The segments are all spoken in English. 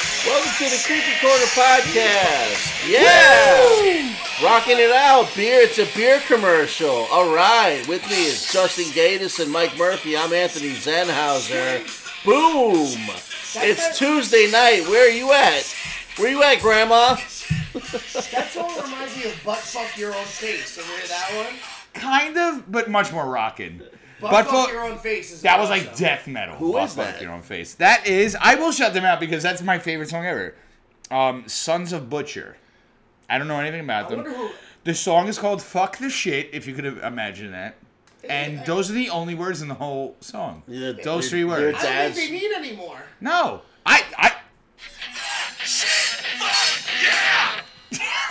to the Creepy Corner podcast. Yeah, rocking it out. Beer, it's a beer commercial. All right, with me is Justin Gatus and Mike Murphy. I'm Anthony Zenhauser. Boom! It's Tuesday night. Where are you at? Where you at, Grandma? That song reminds me of Butt Fuck Your Own Face. Remember that one? Kind of, but much more rockin'. Butt, But Fuck fu- Your Own Face is that was awesome. like death metal. Who Butt is Fuck that? Your own face. That is. I will shut them out because that's my favorite song ever. Um, Sons of Butcher. I don't know anything about I them. wonder who. The song is called "Fuck the Shit," if you could imagine that. And those are the only words in the whole song. Yeah, those your- three your words. I don't Dad's- think they need anymore. No, I, I.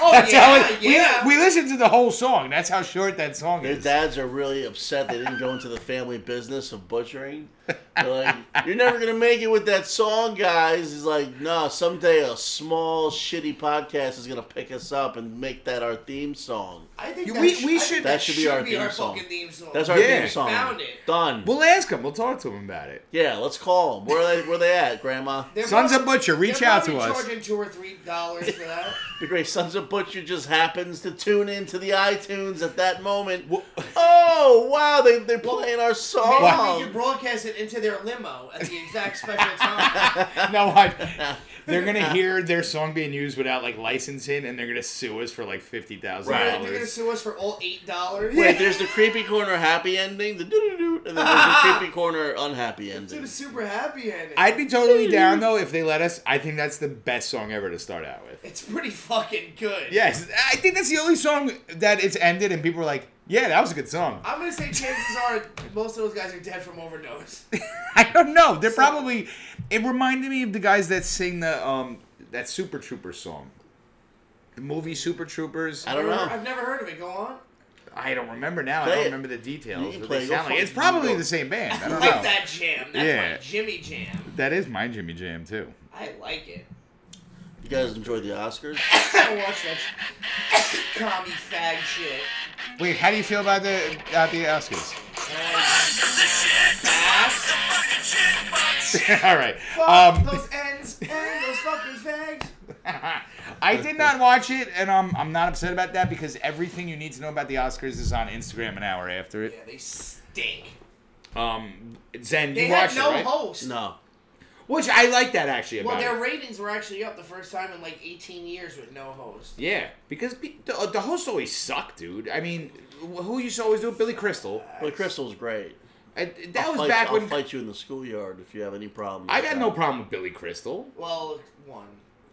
Oh That's yeah, how it, we- yeah. we, listened to the whole song. That's how short that song Their is. dads are really upset they didn't go into the family business of butchering. They're like, you're never gonna make it with that song, guys. He's like, no, someday a small shitty podcast is gonna pick us up and make that our theme song. I think We- that we sh- should- I think That should be our theme song. fucking theme song. That's our Yeah. theme song. Found it. Done. We'll ask him. We'll talk to him about it. yeah, let's call them. Where are they? Where they at, Grandma? They're Sons of probably- Butcher, reach they're out probably to us. Charging two or three dollars for that. The great Sons of Butcher just happens to tune into the iTunes at that moment. Well- Oh wow, they they're playing our song. Maybe we could broadcast it into their limo at the exact special time. No, I, they're gonna hear their song being used without like licensing, and they're gonna sue us for like fifty thousand They're Right. going to dollars. sue us for all eight dollars. Wait, there's the creepy corner happy ending, the doo doo doo, and then there's the creepy corner unhappy Dude, ending. it's super happy ending. I'd be totally down though if they let us. I think that's the best song ever to start out with. it's pretty fucking good. Yes, I think that's the only song that it's ended, and people were like, "Yeah, that was a good song." I'm gonna say chances are most of those guys are dead from overdose. I don't know. They're probably. It reminded me of the guys that sing the um that Super Troopers song, the movie Super Troopers. I don't know. I've never heard of it. Go on. I don't remember now. Play I don't it. remember the You details. can But play they it. sound Go like, it's fucking probably go. the same band. I don't like know. that jam. That's Yeah. my Jimmy jam. That is my Jimmy Jam too. I like it. You guys enjoyed the Oscars? I watch that sh- commie fag shit. Wait, how do you feel about the about the Oscars? Ass. All right. Fuck Um, those ends and those fucking fags. I did not watch it, and um, I'm not upset about that because everything you need to know about the Oscars is on Instagram an hour after Yeah, it. they stink. Um, Zen, you They had watched no it, right? host. No. Which I like that actually Well, about their it. ratings were actually up the first time in like 18 years with no host. Yeah, because pe- the, uh, the hosts always suck, dude. I mean, wh- who used to always do it? Billy Crystal. But Crystal's great. And that I'll was fight, back I'll when fight you in the schoolyard if you have any problems. I with got that. no problem with Billy Crystal. Well, one.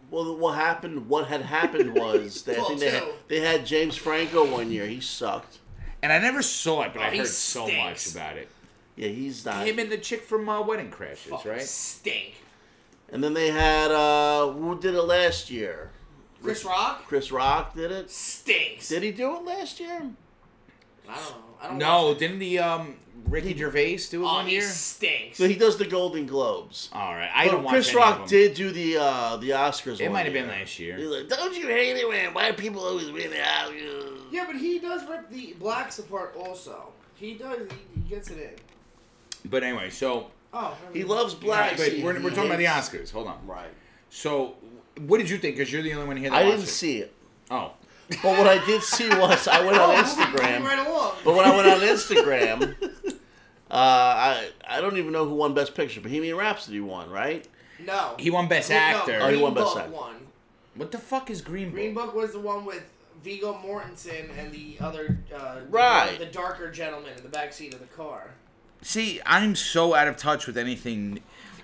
Well, what happened? What had happened was that I Well, think they had, too. they had James Franco one year. He sucked. And I never saw it, but Oh, I he heard so stinks. much about it. Yeah, he's not. Him and the chick from uh, Wedding Crashes, Fucking right? Stink. And then they had uh, who did it last year? Chris Rock Chris Rock did it. stinks. Did he do it last year? I don't know. I don't No, watch it. didn't the um Ricky Gervais do it Oh, one he year? stinks. So he does the Golden Globes. All right, I But don't watch Chris any Rock of them. did do the uh, the Oscars. It one might have year. been last He's year. like, don't you hate it when white people always win the Oscars? Yeah, but he does rip the blacks apart also. He does. He, he gets it in. But anyway, so Oh, He loves blacks. but He- we're, he we're talking about the hates- Oscars. Hold on. Right. So, what did you think? Because you're the only one here. That I watched didn't it. see it, Oh, but what I did see was I went on Moving Instagram. right along. But when I went on Instagram, uh, I I don't even know who won Best Picture. Bohemian Rhapsody won, right? no. he won Best Wait, no, Actor. Oh, Green he won Best Book Actor. won. what the fuck is Green Book? Green Book was the one with Vigo Mortensen and the other. Uh, Right. The, darker gentleman in the back seat of the car. See, I'm so out of touch with anything.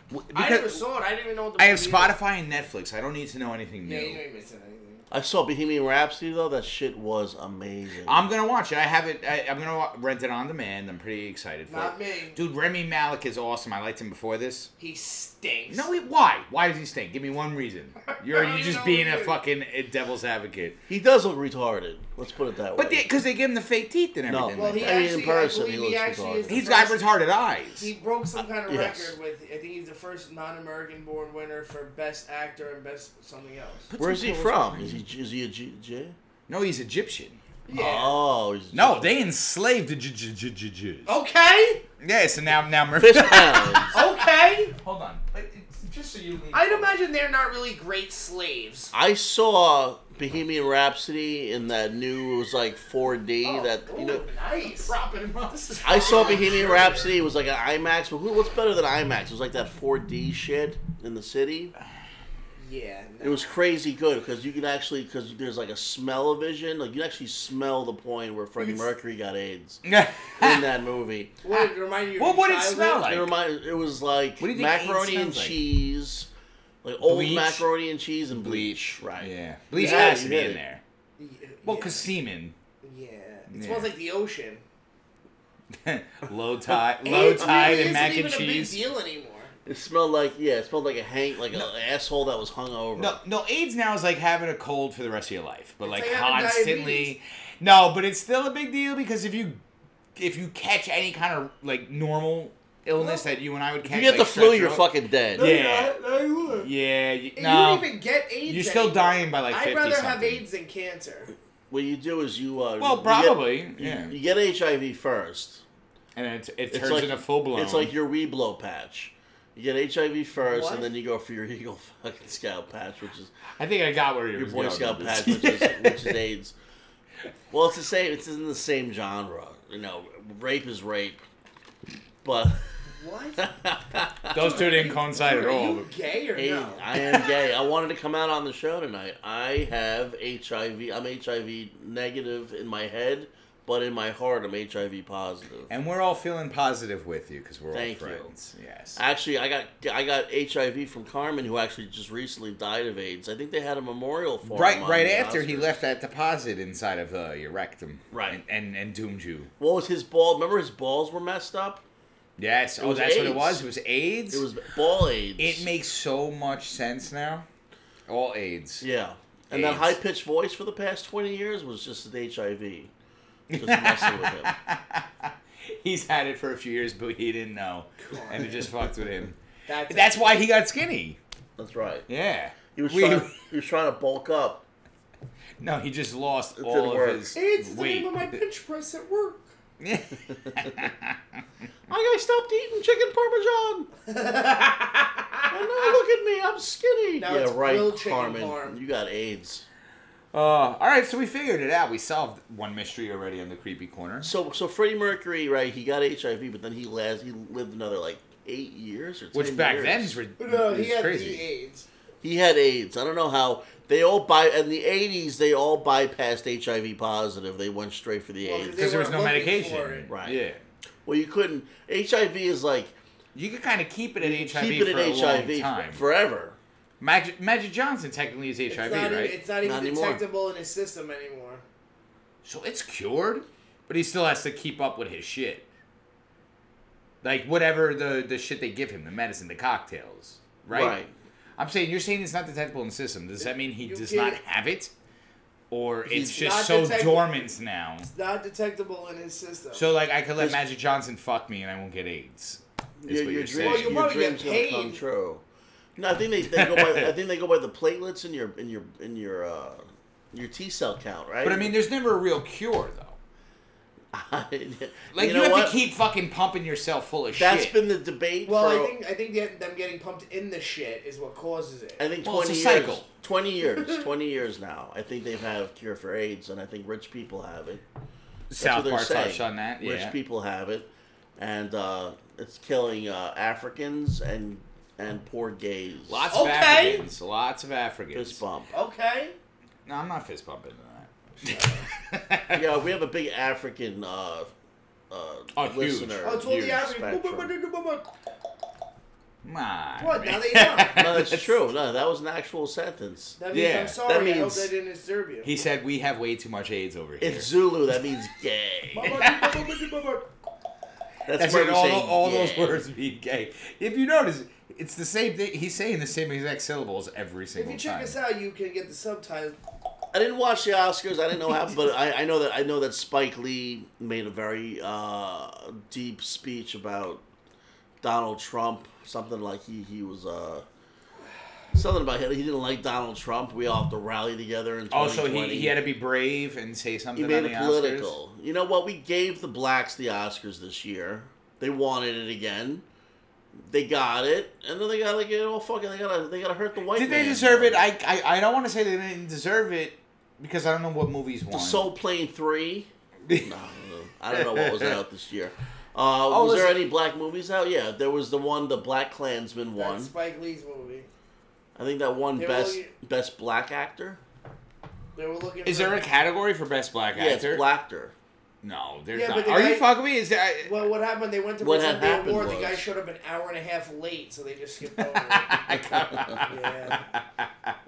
w- I never Because saw it. I didn't even know. What the I have movie was. Spotify and Netflix. I don't need to know anything Yeah, you new. ain't missing anything. I saw Bohemian Rhapsody though. That shit was amazing. I'm gonna watch it. I have it. I, I'm gonna wa- rent it on demand. I'm pretty excited for Not it. me. Dude, Remy Malik is awesome. I liked him before this. He stinks. No, he, why? Why does he stink? Give me one reason. You're I don't you even just know being a what it is. fucking uh, devil's advocate. he does look retarded. Let's put it that But way. because they, give him the fake teeth and No. everything. Well, like he I mean, in actually, person, I believe he he, looks actually is. retarded. the that. He's got first- retarded eyes. He broke some kind of Yes. record with. I think he's the first non-American born winner for best actor and best something else. Where's he What's from? Is he is he a G- J? no, he's Egyptian. Yeah. Oh, he's No, they enslaved the J- J- J- J- Jews. Okay. Yeah, Oh. so now now Murphy. fish pounds. Okay. Hold on. But it's- Just so you. I'd imagine they're not really great slaves. I saw Bohemian Rhapsody in that new. It was like 4D. Oh, Oh, that you know. nice. Propping him up. This is I saw Bohemian Rhapsody. It was like an IMAX. But who, what's better than IMAX? It was like that 4D shit in the city. Yeah. No. It was crazy good because you could actually because there's like a smell of vision. Like you actually smell the point where Freddie Mercury got AIDS in that movie. Would it remind you? of What would your it smell childhood? like? It remind, It was like What do you think macaroni AIDS and sounds like? cheese, like old Bleach? macaroni and cheese and bleach. Right. yeah. Bleach Yeah, has to you be hit in it. there. Y- Well, yeah. because semen. Yeah. It Yeah. smells like the ocean. low tide, low It tide, really and mac and isn't even cheese. A big deal anymore. It smelled like yeah. It smelled like a hank, like an asshole that was hung over. No, no, AIDS now is like having a cold for the rest of your life, but like, like having diabetes. constantly. No, but it's still a big deal because if you if you catch any kind of like normal illness that you and I would catch, If you get like, the flu, strep you're throat- fucking dead. Yeah. I, would. Yeah, you, And no, You don't even get AIDS. you're still anymore. dying by like I'd fifty. rather have something. AIDS than cancer. What you do is you uh, Well, you get- probably, you- yeah. You get HIV first. and then it, it It's turns like- into full blown. It's like your Weeblow patch. You get HIV first, What? and then you go for your Eagle fucking Scout patch, which is I think I got where you your were Boy going Scout with this. patch, which is, which is AIDS. Well, it's the same. It's in the same genre. You know, rape is rape, but What? Those two didn't coincide at Are all. you gay or Hey, no? I am gay. I wanted to come out on the show tonight. I have HIV. I'm HIV negative in my head, but in my heart, I'm HIV positive. And we're all feeling positive with you because we're Thank you. all friends. Yes. Actually, I got I got HIV from Carmen, who actually just recently died of AIDS. I think they had a memorial for Right, him on right the after he Oscars. left that deposit inside of uh, your rectum, Right. and, and and doomed you. What was his ball? Remember his balls were messed up. Yes. Oh, was that's what it AIDS. was. It was AIDS. It was ball AIDS. It makes so much sense now. All AIDS. yeah. And that AIDS. high pitched voice for the past twenty years was just an HIV. Just messing with him. He's had it for a few years, but he didn't know, and it just fucked with him. That's, That's why he got skinny. That's right. Yeah. He was We- trying. He was trying to bulk up. No, he just lost didn't all work. of his AIDS is the weight. name of my bench press at work. I stopped eating chicken parmesan. and now look at me, I'm skinny. Now yeah, it's grilled right, chicken Carmen. parm. You got AIDS. uh, all right, so we figured it out. We solved one mystery already on the creepy corner. So, so Freddie Mercury, right? He got HIV, but then he last he lived another like eight years or Which 10 back years. then is rid- No, uh, he is had crazy. the AIDS. he had AIDS. I don't know how they all by in the eighties they all bypassed HIV positive. They went straight for the Well, 'cause AIDS. they- because there was weren't no looking medication. for it. Right. Yeah. Well, you couldn't. HIV is like You could kind of keep it at HIV keep it at for a HIV long f- time. forever. Magic, Magic Johnson technically is It's HIV, not, right? even, it's not even Not anymore. detectable in his system anymore. so it's cured, but he still has to keep up with his shit. Like whatever the the shit they give him, the medicine, the cocktails, right? Right. I'm saying you're saying it's not detectable in the system. Does that mean he You does get not it. have it, or He's it's not just so detectable. dormant now? It's not detectable in his system. So like I could let There's- Magic Johnson fuck me and I won't get AIDS. Is your, what your you're saying. dreams, Well, you'll your probably get dreams gonna come paid. true. No, I think they, they go by. I think they go by the platelets in your in your in your uh, your T cell count, right? But I mean, there's never a real cure though. Like you, know have what? to keep fucking pumping yourself full of That's shit. been the debate. well, for, I think I think that them getting pumped in the shit is what causes it. I think Well, it's twenty a years. cycle. Twenty years. Twenty years now. I think they've had a cure for AIDS, and I think rich people have it. That's what South they're Park saying. touched on that. Yeah. Rich people have it, and uh, it's killing uh, Africans and and poor gays. Lots Okay. of Africans. Lots of Africans. fist bump. okay. No, I'm not fist bumping to that. yeah, we have a big African uh, uh, Oh, huge. listener. Oh, it's all the Huge average. spectrum. Come on. What? Now man. they know. No, that's true. No, that was an actual sentence. That means Yeah, I'm that sorry. I hope means- that didn't disturb you. He said we have way too much AIDS over here. It's Zulu. That means gay. That's, That's where what we all, say all those gay. words mean gay. If you notice, it's the same thing. He's saying the same exact syllables every If single you check time. us out, you can get the subtitles. I didn't watch the Oscars. I didn't know how, but I, I know that I know that Spike Lee made a very uh, deep speech about Donald Trump. Something like he he was uh, something about him. He didn't like Donald Trump. We all have to rally together in Oh, so 2020. he, he had to be brave and say He something made on the it political. You know what? We gave the blacks the Oscars this year. They wanted it again. They got it, and then they got to get all fucking. They gotta they gotta hurt the white. Did man. they deserve it? I, I I don't want to say they didn't deserve it because I don't know what movies won. The Soul Plane Three. No, I don't know what was out this year. Uh, Oh, was there was- any black movies out? Yeah, there was the one, the Black Klansman That's one. Spike Lee's movie. I think that won They best really- best black actor. They were looking. Is for, there a category for best black Yeah, it's actor? blackter. No, there's Yeah, not. but the Are guy- you fucking me? Is that? Well, what happened? They went to What present had the happened award. The was- guy showed up an hour and a half late, so they just skipped over. it. yeah.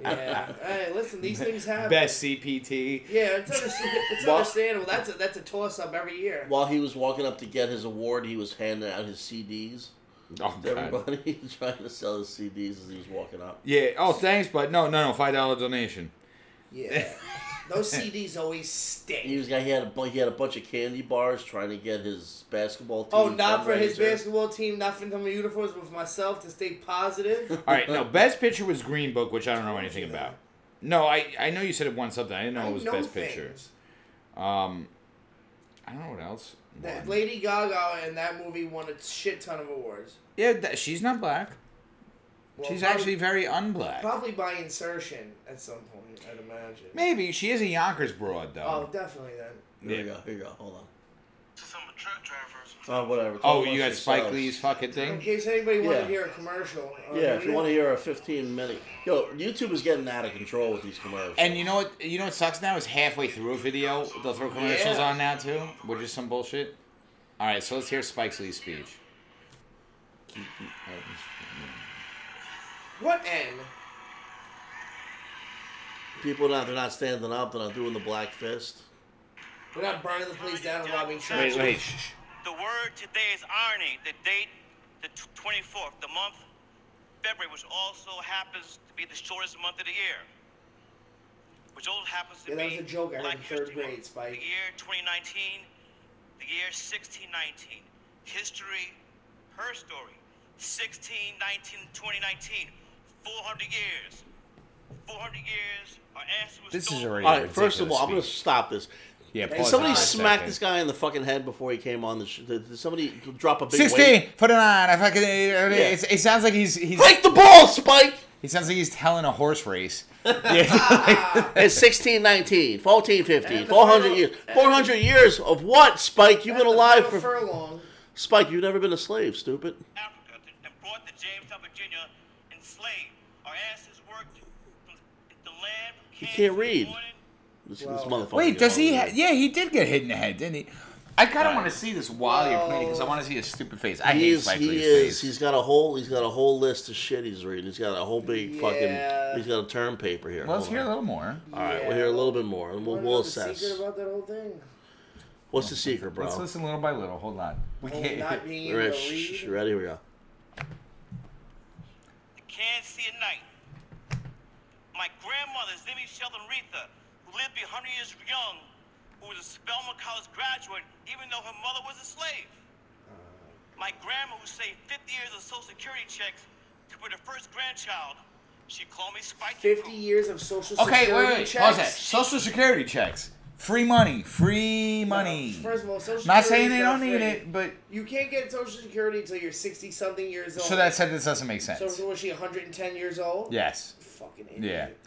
Yeah. Hey, listen, these things happen. Best CPT. Yeah, it's, understand- it's Well- understandable. That's a that's a toss up every year. While he was walking up to get his award, he was handing out his CDs Oh to god. everybody, trying to sell his CDs as he was walking up. Yeah. Oh, thanks, but no, no, no. Five dollar donation. Yeah. Those CDs always stink. He was guy. He had a bu- he had a bunch of candy bars trying to get his basketball team. Oh, not for his fundraiser. basketball team, not for my uniforms, but for myself to stay positive. All right. No, best picture was Green Book, which I don't know anything about. No, I I know you said it won something. I didn't know I it was know best things. picture. Um, I don't know what else. That won. Lady Gaga and that movie won a shit ton of awards. Yeah, that, she's not black. Well, She's prob- actually very unblack. probably by insertion at some point. I'd imagine. Maybe she is a Yonkers broad Oh, though. definitely then. Here we Yeah. go. Here we go. Hold on. Some truck drivers. Oh, whatever. Talk Oh, amongst you got Spike yourselves. Lee's fucking In thing. case anybody wanted Yeah. to hear a commercial. uh, Yeah, if you we- want to hear a 15 minute. Yo, YouTube is getting out of control with these commercials. And you know what? You know what sucks now is halfway through a video, they'll throw commercials Yeah. on now too, which is some bullshit. All right, so let's hear Spike Lee's speech. What N? people now they're not standing up. They're not doing the black fist. We're not burning the place down and robbing Wait, churches. wait. shh, shh. The word today is irony. The date, the tw- 24th, the month, February, which also happens to be the shortest month of the year. Which also happens to Yeah, be that was a joke I heard Black in third History Month. grade, Spike. The year 2019, the year 1619. History, her story. 1619, 2019. 400 years. 400 years. Our ancestors. were This is stolen from already All right, first of ridiculous all, I'm gonna speech. stop this. Yeah, Did pause it somebody for a smack second. this guy in the fucking head before he came on the sh- Did did somebody drop a big Sixteen weight? for the nine. I fucking. It, it sounds like he's he's Break the ball, Spike! he sounds like he's telling a horse race. Yeah. It's 16, 19, 14, 15, And the 400 furlong- years. 400 years of what, Spike? You've been alive That's for. a furlong. Spike, you've never been a slave, stupid. Africa to- and brought to Jamestown, Virginia, enslaved. Our asses worked from the land. From Kansas can't read. to Oregon. This, Wow. this motherfucker. Wait, does he? Ha- Yeah. yeah, he did get hit in the head, didn't he? I kind of want to see this while you're playing because I Oh. want to see his stupid face. I hate He's, Spike he Lee's is. face. He's got a whole. He's got a whole list of shit he's reading. He's got a whole big Yeah. fucking. He's got a term paper here. Well, let's Hold hear a on. little more. All right, we'll hear a little bit more, and we'll, Wanna know we'll the assess. secret about that whole thing? What's the secret, bro? Let's listen little by little. Hold on. We Only Oh, not can't. being All able right, to shh, shh, shh, read. ready? Here we go. You can't see at night. My grandmother, Zimmy Sheldon Reetha, who lived to be 100 years young, who was a Spelman College graduate, even though her mother was a slave. My grandma, who saved 50 years of Social Security checks to put her first grandchild, she called me Spike. the Fifty Crook. years of social Okay, security wait, wait. checks. Pause that. Social security checks. Free money. Free money. First of all, social Not security saying they is don't not need free. it, but You can't get social security until you're sixty something years old. so that said, this doesn't make sense. So was she 110 years old? Yes. Fucking Yeah. idiot.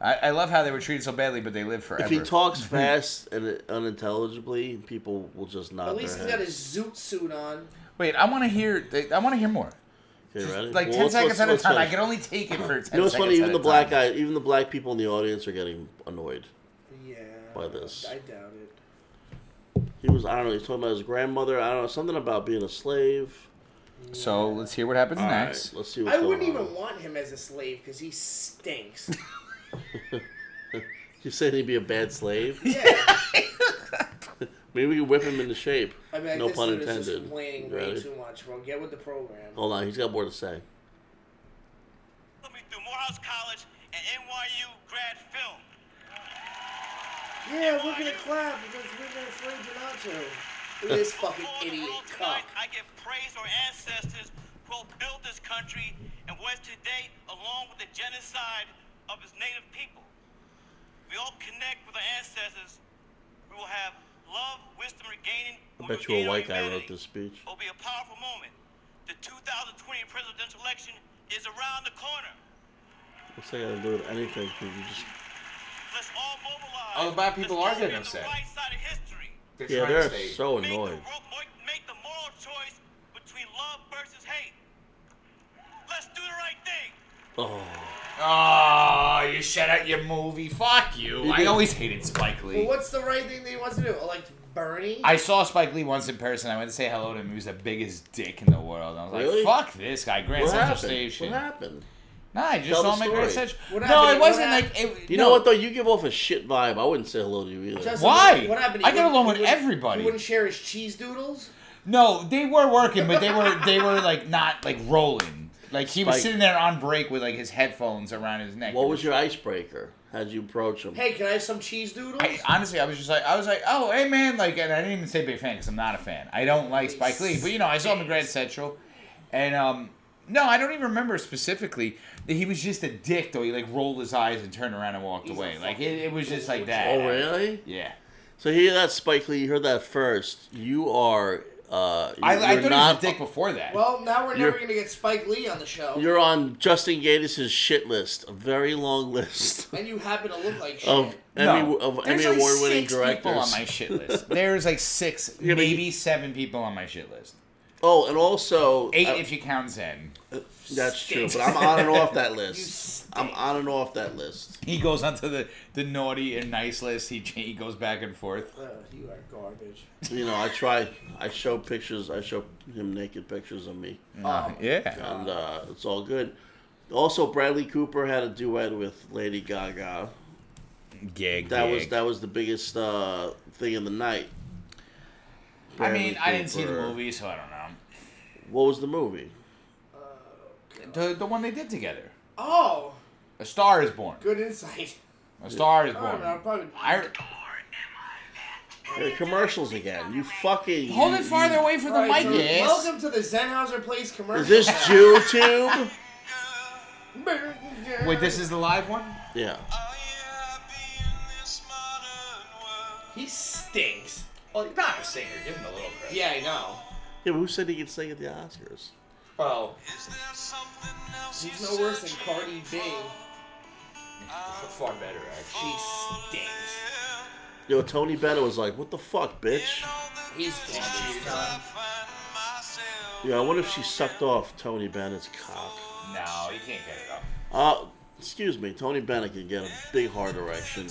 I, I love how they were treated so badly, but they lived forever. If he talks fast and unintelligibly, people will just nod At least their he's got heads. his zoot suit on. Wait, I want to hear. I want to hear more. okay, ready? Like Well, ten let's- seconds let's- at a let's time. I finish. can only take it You for ten. know what's seconds funny? Even at the a black guy, time. even the black people in the audience are getting annoyed. Yeah. By this. I doubt it. He was, I don't know, he's talking about his grandmother. I don't know, something about being a slave. So let's hear what happens All right, next. let's see what's I going wouldn't on. even want him as a slave because he stinks. You said he'd be a bad slave. yeah. Maybe we can whip him into shape. I mean, like, no this pun dude is just intended. complaining You way ready? too much, bro. Get with the program. Hold on, he's got more to say. Put me through Morehouse College and NYU grad film. Yeah, we're gonna clap because we're gonna afraid you not to. Look at this fucking Before the idiot world cock. tonight, I give praise to our ancestors who helped build this country and was today, along with the genocide of its native people. We all connect with our ancestors. We will have love, wisdom, regaining. I we will bet you a gain our white guy wrote humanity. this speech. It will be a powerful moment. The 2020 presidential What's that got to do with anything? You just, Let's all mobilize. A lot of people Let's are all be getting on the upset. Right side of history. They're yeah, trying to they're stay- so Make the, annoyed. ro- mo- make the moral choice between love versus hate. Let's do the right thing. Oh, Oh, you shut out your movie. Fuck you. I always hated Spike Lee. Well, what's the right thing that he wants to do? Oh, Like Bernie? I saw Spike Lee once in person. I went to say hello to him. He was the biggest dick in the world. I was Really? like, "Fuck this guy, Grand What Central happened? Station." What happened? No, I just Tell the saw him at Grand story. Central. What No, happened? it What wasn't happened? like it, you no. know what though? You give off a shit vibe. I wouldn't say hello to you either. Just- Why? What happened? I He get wouldn't- along he with wouldn't- everybody. He wouldn't share his cheese doodles? No, they were working, but they were they were like not like rolling. Like he was Spike. sitting there on break with like his headphones around his neck. what was your icebreaker? How'd you approach him? Hey, can I have some cheese doodles? I, honestly, I was just like, I was like, oh, hey man, like, and I didn't even say big fan because I'm not a fan. I don't like Spike Lee, but you know, I saw him at Grand Central, and um, no, I don't even remember specifically that he was just a dick though. He like rolled his eyes and turned around and walked He's a away. Like fucking it, it was just like douche. that. Oh really? Yeah. So you hear that, Spike Lee? You heard that first. You are. Uh, I, you're I thought he was not. a dick before that. well, now we're never You're- going to get Spike Lee on the show. You're on Justin Gatis's shit list. A very long list and you happen to look like shit. of No. Emmy of Emmy There's like award winning six people on directors. my shit list. There's like six, Yeah, but maybe seven people on my shit list. Oh, and also Eight I- if you count Zen. That's true, but I'm on and off that list. stink. I'm on and off that list. He goes onto the, the naughty and nice list. He cha- he goes back and forth. Uh, you are garbage. You know, I try. I show pictures. I show him naked pictures of me, Oh, Yeah. and uh, it's all good. Also, Bradley Cooper had a duet with Lady Gaga. Gig. That was gig. that was the biggest uh, thing of the night. I mean, Bradley I didn't see the Cooper. movie, so I don't know. What was the movie? The, the one they did together. Oh, A Star is Born. good insight. A Star is I don't Born. know, probably. I, Uh, commercials again. You fucking hold you- it farther away from the Alright, mic, so yes. Welcome to the Zenhauser Place commercial. Is this JewTube? Wait, this is the live one? yeah. Are you happy in this modern world? He stinks. Well, he's not a singer. Give him a little credit. Yeah, I know. Yeah, but who said he could sing at the Oscars? Well, Is there something else He's you're no worse than searching Cardi B. far better, actually. She stinks. for? Yo, Tony Bennett was like, "What the fuck, bitch." In all the He's good garbage. times I find myself. Yeah, I wonder if she sucked off Tony Bennett's cock. No, you can't get it up. Uh, excuse me, Tony Bennett can get a big heart erection.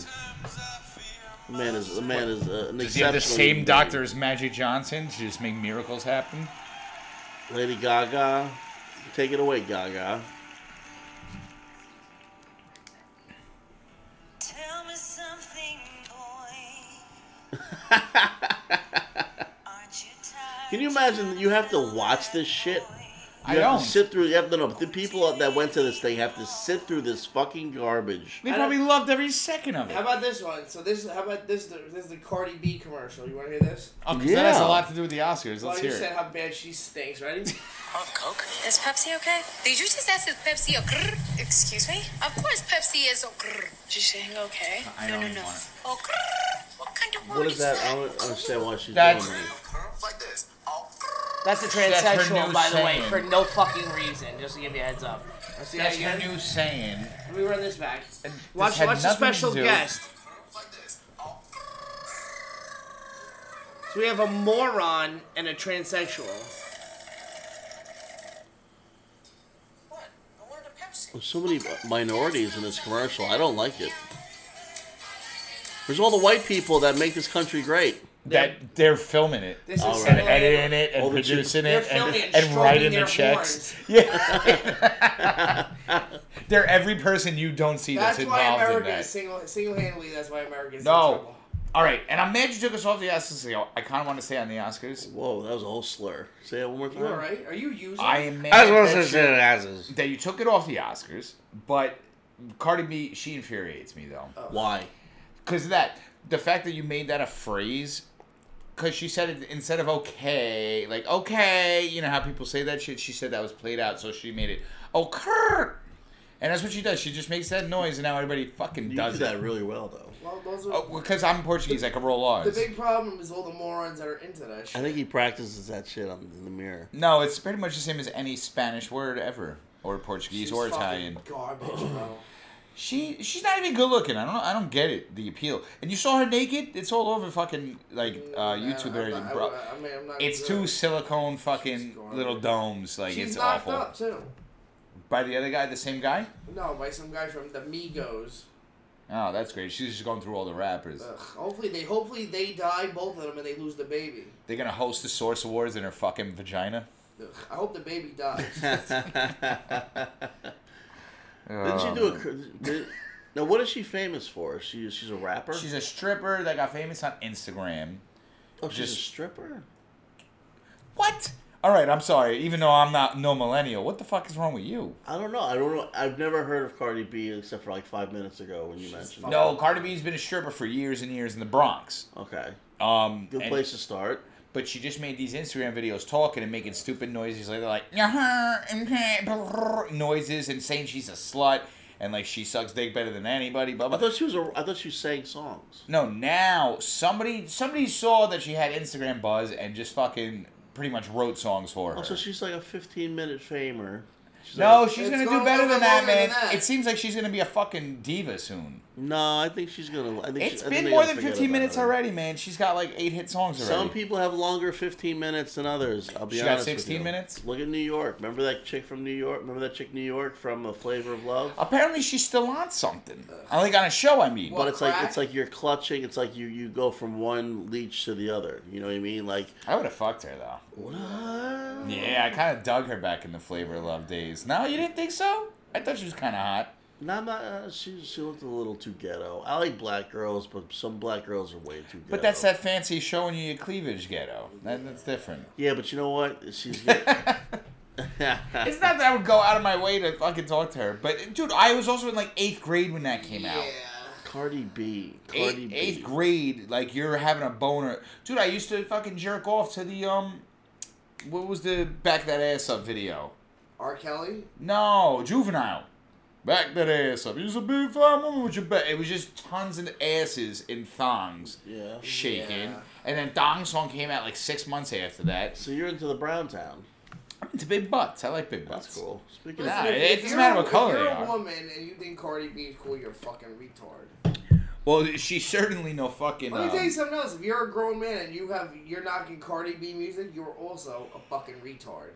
The man is the man is uh, an Does he have the exceptional same man. doctor as Magic Johnson to just make miracles happen? Lady Gaga, take it away, Gaga. Tell me something, boy. Aren't you tired? Can you imagine that you have to watch this shit? I You have don't. to sit through. You have to know the people that went to this thing have to sit through this fucking garbage. They I probably don't- loved every second of it. How about this one? So this, how about this? This is the Cardi B commercial. You want to hear this? Oh, 'cause that has a Yeah. lot to do with the Oscars. Well, Let's you hear said it. how bad she stinks. Ready? Is Pepsi okay? Did you just ask if Pepsi okay? Excuse me? Of course Pepsi is okay. She's saying okay. I no, don't no, even no. want it. Okay. What kind of word What is that? I that? don't understand why she's That's- doing that. That's a her new saying. no fucking reason. Just to give you a heads up. Let's see that That's her again. new saying. Let me run this back. And this Watch, had watch the nothing to special do- guest. So we have a moron and a transsexual. There's so many minorities in this commercial. I don't like it. There's all the white people that make this country great. That they're filming it. This All is right. And similar- editing it and All the producing They're it and, filming it and writing stroking the their checks. horns. They're every person you don't see that's, That's why involved in America that. is single single handedly. That's why America is in no. trouble. All right, and I'm mad you took us off the Oscars. so I kind of want to stay on the Oscars. Whoa, that was a whole slur. Say it one more time. You all right? Are you using? I am mad That's what that I you- said. As is. that you took it off the Oscars, but Cardi B, she infuriates me though. Why? Because of that, the fact that you made that a phrase, because she said it instead of okay, like okay, you know how people say that shit, she said that was played out, so she made it okay. And that's what she does. She just makes that noise, and now everybody fucking You does do that it. really well, though. Well, those are, Because I'm Portuguese, I can roll the R's. big problem is all the morons that are into that I shit. think he practices that shit on, in the mirror. no, it's pretty much the same as any Spanish word ever, or Portuguese She's or fucking Italian. Garbage, bro. She she's not even good looking. I don't know. I don't get it. The appeal. And you saw her naked. It's all over fucking like uh, Yeah, YouTube I'm areas, not- bro. I, I mean, I'm not It's good. two silicone She's fucking garbage. little domes. Like She's it's knocked awful. up too. By the other guy, the same guy. No, by some guy from the Migos. Oh, that's great. She's just going through all the rappers. Ugh, hopefully they hopefully they die both of them and they lose the baby. They're gonna host the Source Awards in her fucking vagina. Ugh, I hope the baby dies. Didn't she Um, do a? cr- Did, now, what is she famous for? She she's a rapper. She's a stripper that got famous on Instagram. oh, she's a just- stripper. What? All right, I'm sorry. Even though I'm not no millennial, what the fuck is wrong with you? I don't know. I don't know. I've never heard of Cardi B except for like five minutes ago when you mentioned. No, Cardi B's been a stripper for years and years in the Bronx. it. Okay. Um, Good and- place to start. But she just made these Instagram videos talking and making stupid noises later, like "Nyah-huh, mm-heh, brrr," noises and saying she's a slut and like she sucks dick better than anybody. Blah I blah. thought she was a. I thought she sang songs. No, now somebody somebody saw that she had Instagram buzz and just fucking pretty much wrote songs for her. Oh, so she's like a 15 minute famer. She's no, like a- she's It's gonna gone do better a little than that, longer man. than that. It seems like she's gonna be a fucking diva soon. no, I think she's gonna. I think It's she, I think been they more gotta than forget 15 about minutes her. already, man. She's got like eight hit songs already. Some people have longer 15 minutes than others. I'll be She got honest. with 16 you. minutes? Look at New York. Remember that chick from New York? Remember that chick New York from The Flavor of Love? Apparently, she's still on something. I like on a show, I mean. But it's like it's crack? like you're clutching. It's like you you go from one leech to the other. You know what I mean? Like I would have fucked her though. Yeah, I kind of dug her back in the Flavor of Love days. No, you didn't think so? I thought she was kind of hot. Nah, I'm not. Uh, she she looked a little too ghetto. I like black girls, but some black girls are way too. ghetto. But that's that fancy showing you your cleavage ghetto. That, that's different. Yeah, but you know what? She's good. It's not that I would go out of my way to fucking talk to her, but dude, I was also in like eighth grade when that came out. Cardi B. Cardi Eighth, B. eighth grade, like you're having a boner, dude. I used to fucking jerk off to the um, what was the back that ass up video? R. Kelly. No, juvenile. Back that ass up. You're a big fat woman with your back. It was just tons of asses in thongs Yeah. shaking. Yeah. And then Thong Song came out like six months after that. So you're into the brown town. I'm into big butts. I like big butts. That's cool. Speaking Yeah, of it- it doesn't matter what color If they you're are. a woman and you think Cardi B is cool, you're a fucking retard. Well, she's certainly no fucking. Let me um, tell you something else. If you're a grown man and you have you're knocking Cardi B music, you're also a fucking retard.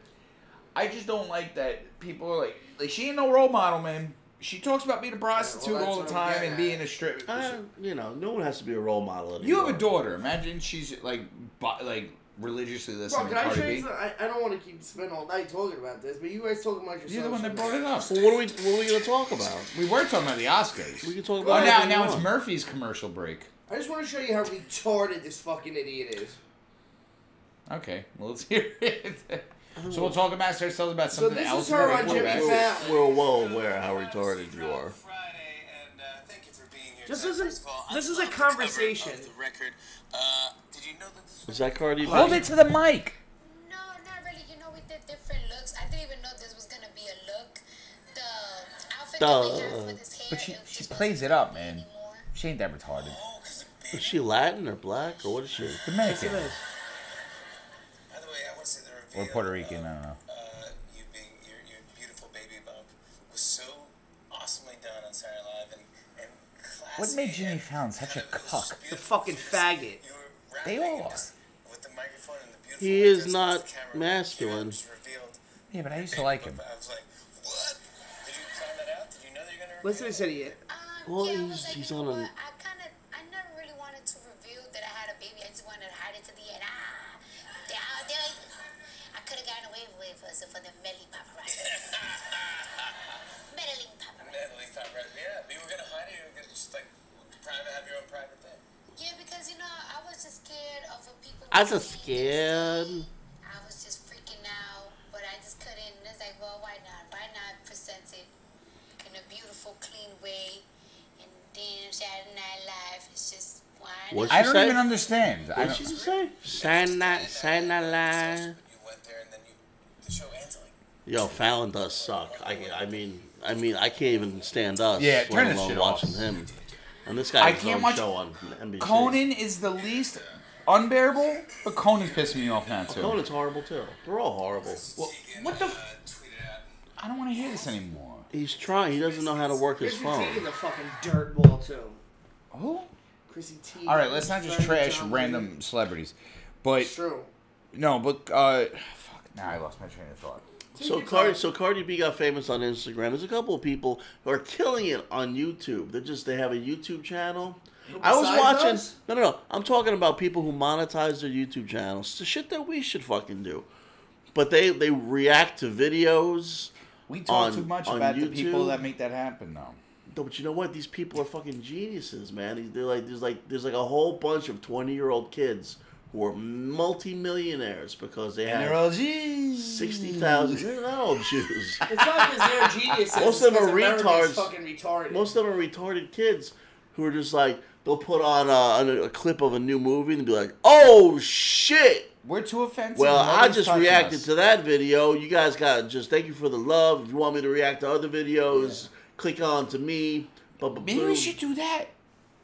I just don't like that people are like, like she ain't no role model, man. She talks about being a prostitute that's all the what time I'm getting and at. being a strip. uh, you know, no one has to be a role model anymore. you have a daughter. Imagine she's like, bu- like religiously Bro, listening can to I Cardi show you B. something? I, I don't want to keep spend all night talking about this, but you guys talking about yourself. You're the one that brought it up. Well, what are we what are we gonna talk about? We were talking about the Oscars. We can talk oh, about. now anything now you it's want. Murphy's commercial break. I just want to show you how retarded this fucking idiot is. Okay, well let's hear it. so we'll talk about ourselves about So something this else. is her when on we Jimmy come back. We're Fallon. well aware how retarded you are. Friday, and uh, thank you for being here. This tonight. isn't- First of all, I this is a love the cover of conversation. the record. Uh, did you know that this Is that Cardi B? Hold it to the mic. No, not really. You know, we did different looks. I didn't even know this was gonna be a look. The outfit that we Duh. got for this hair. But she it just she wasn't plays it up, man. anymore. She ain't that retarded. Is she Latin or black or what is she? Dominican By the way, I want to say the or reveal Puerto Rican, I don't know. uh, you being your, your beautiful baby bump was so awesomely done on Saturday Night Live and, and classy. What made Jimmy and Fallon such a kind of- it was cuck? just The beautiful. fucking faggot. You were They rapping all and are. just With the microphone and the beautiful He is adjustments not the camera, You know, masculine. just revealed. Yeah, but I used to like him. I was like, what? Did you find that out? Did you know that you're gonna? Listen to this idiot. Um, Well, yeah, I he's- was like, he's you know on a- what? I kind of, I never really wanted to reveal that I had a baby. I just wanted to hide it to the end. Ah, they, ah, they- I could have gotten away with it for, for the meddling paparazzi. meddling paparazzi. Natalie thought right. Yeah, but you were gonna hide it. You were gonna just like private, have your own private thing. Yeah, because you know, I was just scared of what people. I would was think. scared. I was just freaking out, but I just couldn't. And it's like, well, why not? Why not present it in a beautiful, clean way? And then Saturday Night Live, it's just why Was not? she I don't say? even understand. I What did she don't, just say? Santa, Santa line. You went there and then you, the show ends like. Yo, Fallon does suck. I, I mean, I mean, I can't even stand us. Yeah, let turn this alone shit off. watching him. And this guy I has his can't own watch- show on NBC. Conan is the least unbearable, but Conan's pissing me off now too. Conan's horrible too. They're all horrible. Well, what the? F- uh, tweeted out. I don't want to hear this anymore. He's trying. He doesn't know how to work his Chrissy phone. Teigen, the fucking dirt ball too. Oh. Chrissy Teigen. All right, let's not just Fred trash John random Lee. celebrities, but It's true. no, but uh, fuck. Now I lost my train of thought. So Cardi, so Cardi B got famous on Instagram. There's a couple of people who are killing it on YouTube. They're just they have a YouTube channel. I was besides watching. us? No, no, no. I'm talking about people who monetize their YouTube channels. The shit that we should fucking do. But they they react to videos. We talk On- too much on about the people YouTube? that make that happen, though. No, but you know what? These people are fucking geniuses, man. These- They're like there's like there's like a whole bunch of 20 year old kids who are multimillionaires because they And have they're all geez. sixty thousand. They're not all Jews. It's not because they're geniuses. Most of them it's are 'cause America's retards. Fucking retarded. Most of them are retarded kids who are just like they'll put on a, a, a clip of a new movie and be like, "Oh shit!" We're too offensive. Well, I Nobody's just touching reacted us. to that video. You guys got to just thank you for the love. If you want me to react to other videos, click on to me. But Maybe we should do that.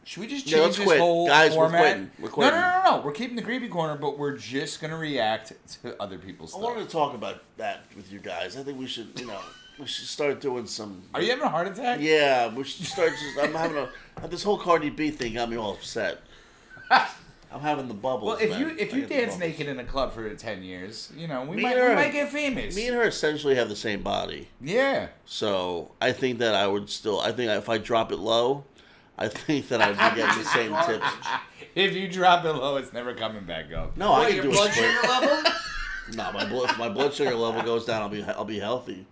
Should we just change Yeah, let's this quit. whole Guys, we're format? quitting. We're quitting. No, no, no, no. We're keeping the creepy corner, but we're just gonna react to other people's I stuff. wanted to talk about that with you guys. I think we should, you know, we should start doing some. Are you having a heart attack? Yeah, we should start just. I'm having a this whole Cardi B thing got me all upset. I'm having the bubbles. Well, if man. you if I you get the dance bubbles. naked in a club for ten years, you know we Me might and her- we might get famous. me and her essentially have the same body. yeah. So I think that I would still. I think if I drop it low, I think that I'd be getting the same tips. If you drop it low, it's never coming back up. No, I What, can your do blood a sugar split. level? No, my blood, if my blood sugar level goes down. I'll be I'll be healthy.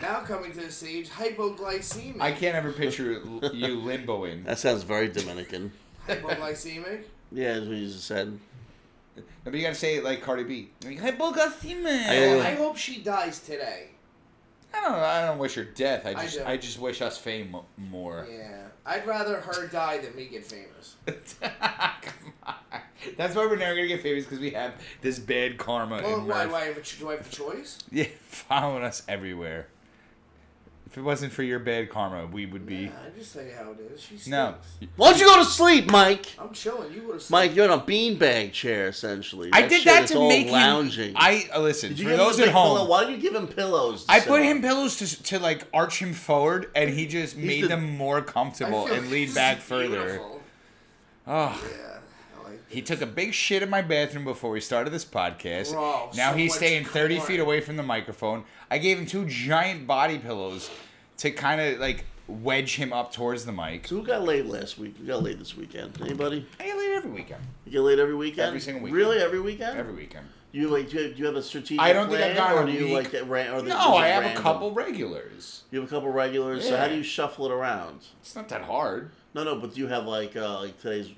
Now coming to the stage, hypoglycemic. I can't ever picture l- you limboing. That sounds very Dominican. hypoglycemic. Yeah, as we just said. But you gotta say it like Cardi B. Like, I- Hypoglycemia. I hope she dies today. I don't. I don't wish her death. I I just. do. I, just wish us fame mo- more. Yeah, I'd rather her die than me get famous. Come on. That's why we're never gonna get famous because we have this bad karma Well, in why life. do I have a, cho- do I have a choice? Yeah, following us everywhere. If it wasn't for your bad karma, we would be. Yeah, I just tell you how it is. She stinks. No. Why don't you go to sleep, Mike? I'm chilling. You would have. Mike, you're in a beanbag chair essentially. I did shit that is to all make lounging. him. I uh, listen Did you for give him those a at big Pillow? home. Why do you give him pillows? to I sit put on? him pillows to, to like arch him forward, and he just made the- them more I comfortable feel and like lean this back is further. beautiful. Oh, Yeah, I like he took a big shit in my bathroom before we started this podcast. Bro, now so he's much staying thirty corn. feet away from the microphone. I gave him two giant body pillows to kind of like wedge him up towards the mic. So who got laid last week? Who got laid this weekend? Anybody? I get laid every weekend. You get laid every weekend. Every single weekend. Really, every weekend. Every weekend. You like? Do you have, do you have a strategic? I don't think plan, I've gotten Or do a you week. like it ran? Or the, No, I have a random? couple regulars. You have a couple regulars. So how Yeah. do you shuffle it around? It's not that hard. No, no, but do you have like uh, like today's?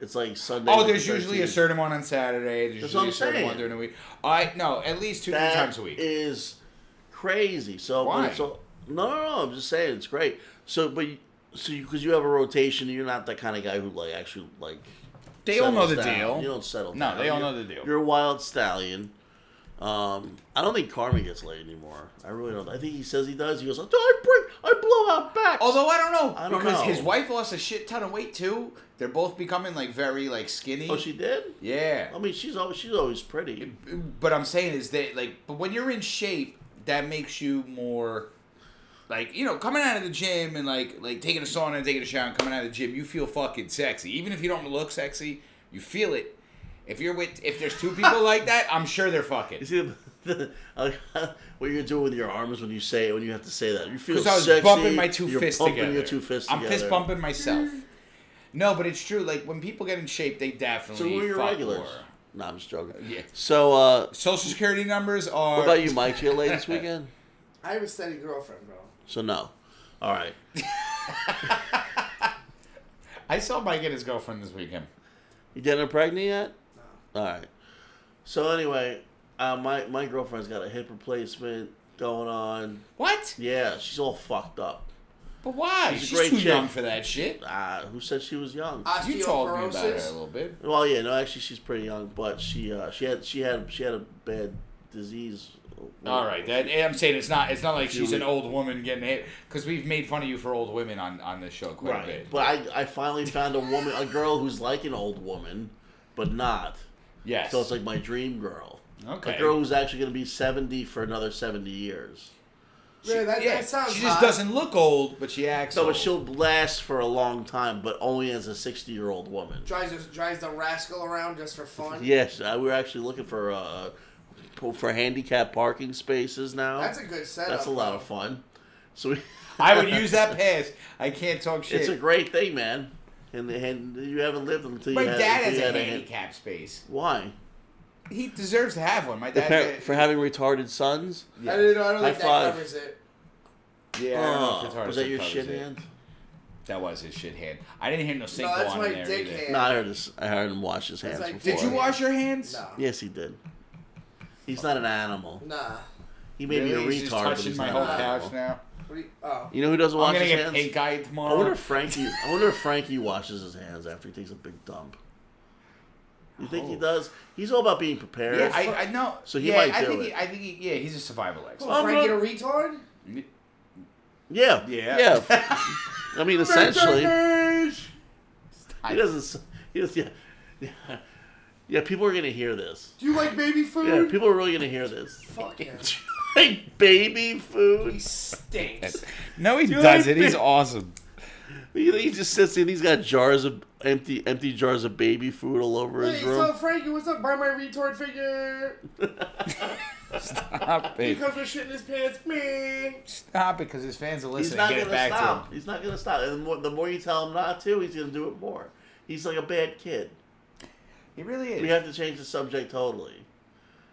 It's like Sunday. Oh, the there's usually a 13th. certain one on Saturday. There's That's usually what a I'm certain one saying. during the week. I no, at least two three That times a week. Is crazy. So Why? but So no, no, no. I'm just saying it's great. So, but you- so you because you have a rotation, and you're not that kind of guy who like actually like. they all know settles the down. You deal. don't settle. No, down. they all You're- know the deal. You're a wild stallion. Um, I don't think Carmen gets laid anymore. I really don't. I think he says he does. He goes, "Do I break? I blow out back." Although I don't know I don't because know. his wife lost a shit ton of weight too. They're both becoming like very like skinny. oh, she did. I yeah. mean, she's always she's always pretty. But I'm saying is that like, but when you're in shape, that makes you more. Like you know, coming out of the gym and like like taking a sauna and taking a shower and coming out of the gym, you feel fucking sexy. Even if you don't look sexy, you feel it. If you're with if there's two people like that, I'm sure they're fucking. You see the, the, like, what you're doing with your arms when you say when you have to say that. You feel Because I was sexy. bumping my 2 you're fists bumping together. Your two fists I'm together. fist bumping myself. No, but it's true. Like when people get in shape, they So definitely. who are your fuck regulars? more. No, I'm just joking. Yeah. So, uh, Social security numbers are. what about you, Mike? You get laid this weekend? it. I have a steady girlfriend, bro. So no. All right. I saw Mike and his girlfriend this weekend. You getting her pregnant yet? No. All right. So anyway, uh, my my girlfriend's got a hip replacement going on. What? Yeah, she's all fucked up. But why? She's a She's, great too chick. young for that shit. Uh, who said she was young? You told me about her a Osteoporosis. little bit. well, yeah, no, actually, she's pretty young, but she uh, she had she had she had a bad disease. All right, that I'm saying it's not. It's not like she's an weeks. old woman getting hit because we've made fun of you for old women on on this show quite a Right. bit. But I I finally found a woman, a girl who's like an old woman, but not. Yes. So it's like my dream girl. okay. A girl who's actually going to be 70 for another 70 years. Yeah, that, yeah, that sounds she just hot. doesn't look old, but she acts. No, old. but she'll last for a long time, but only as a 60 year old woman. drives us- drives the rascal around just for fun. Yes, uh, we were actually looking for uh, po- for handicap parking spaces now. That's a good setup. That's a lot of fun. So we, I would use that pass. I can't talk shit. It's a great thing, man. And, and you haven't lived until My you had, dad until has you a had hand- handicap space. Why? He deserves to have one. My The dad. par- for having retarded sons. I don't, know, I don't High think that five. covers it. yeah, I don't know if Oh, it's hard was to that your covers shit it. hand? That was his shit hand. I didn't hear no sink No, that's on my in there dick either. hand. No, I heard this. I heard him wash his hands That's like- before. Did you wash your hands? No. Yes, he did. He's not an animal. Nah. He may Really? be a He's just retard, but touching he's my not whole an animal. couch now. What do you, oh. You know who doesn't I'm wash gonna his get hands? pink eye tomorrow. I wonder if Frankie. I wonder if Frankie washes his hands after he takes a big dump. You think he does? He's all about being prepared. yeah, I, I know. So he yeah, might I do think it. He, I think he, yeah, he's a survival expert. Oh, I'm Frankie a retard? yeah, Yeah. yeah. I mean, essentially, he doesn't. s- He does. Yeah, yeah. Yeah, people are gonna hear this. Do you like baby Yeah, food? people are really gonna hear this. Fuck him. like baby He food. stinks. No, he like doesn't. He's big- awesome. He, he just sits there. He's got jars of empty, empty jars of baby food all over hey, his so room. Frankie, what's up? Buy my retard figure. Stop He it. comes with shit in his pants. Me. Stop it, because his fans are He's listening. not Get gonna it back stop. to him. He's not gonna stop. And the more, the more you tell him not to, he's gonna do it more. He's like a bad kid. He really is. We have to change the subject totally.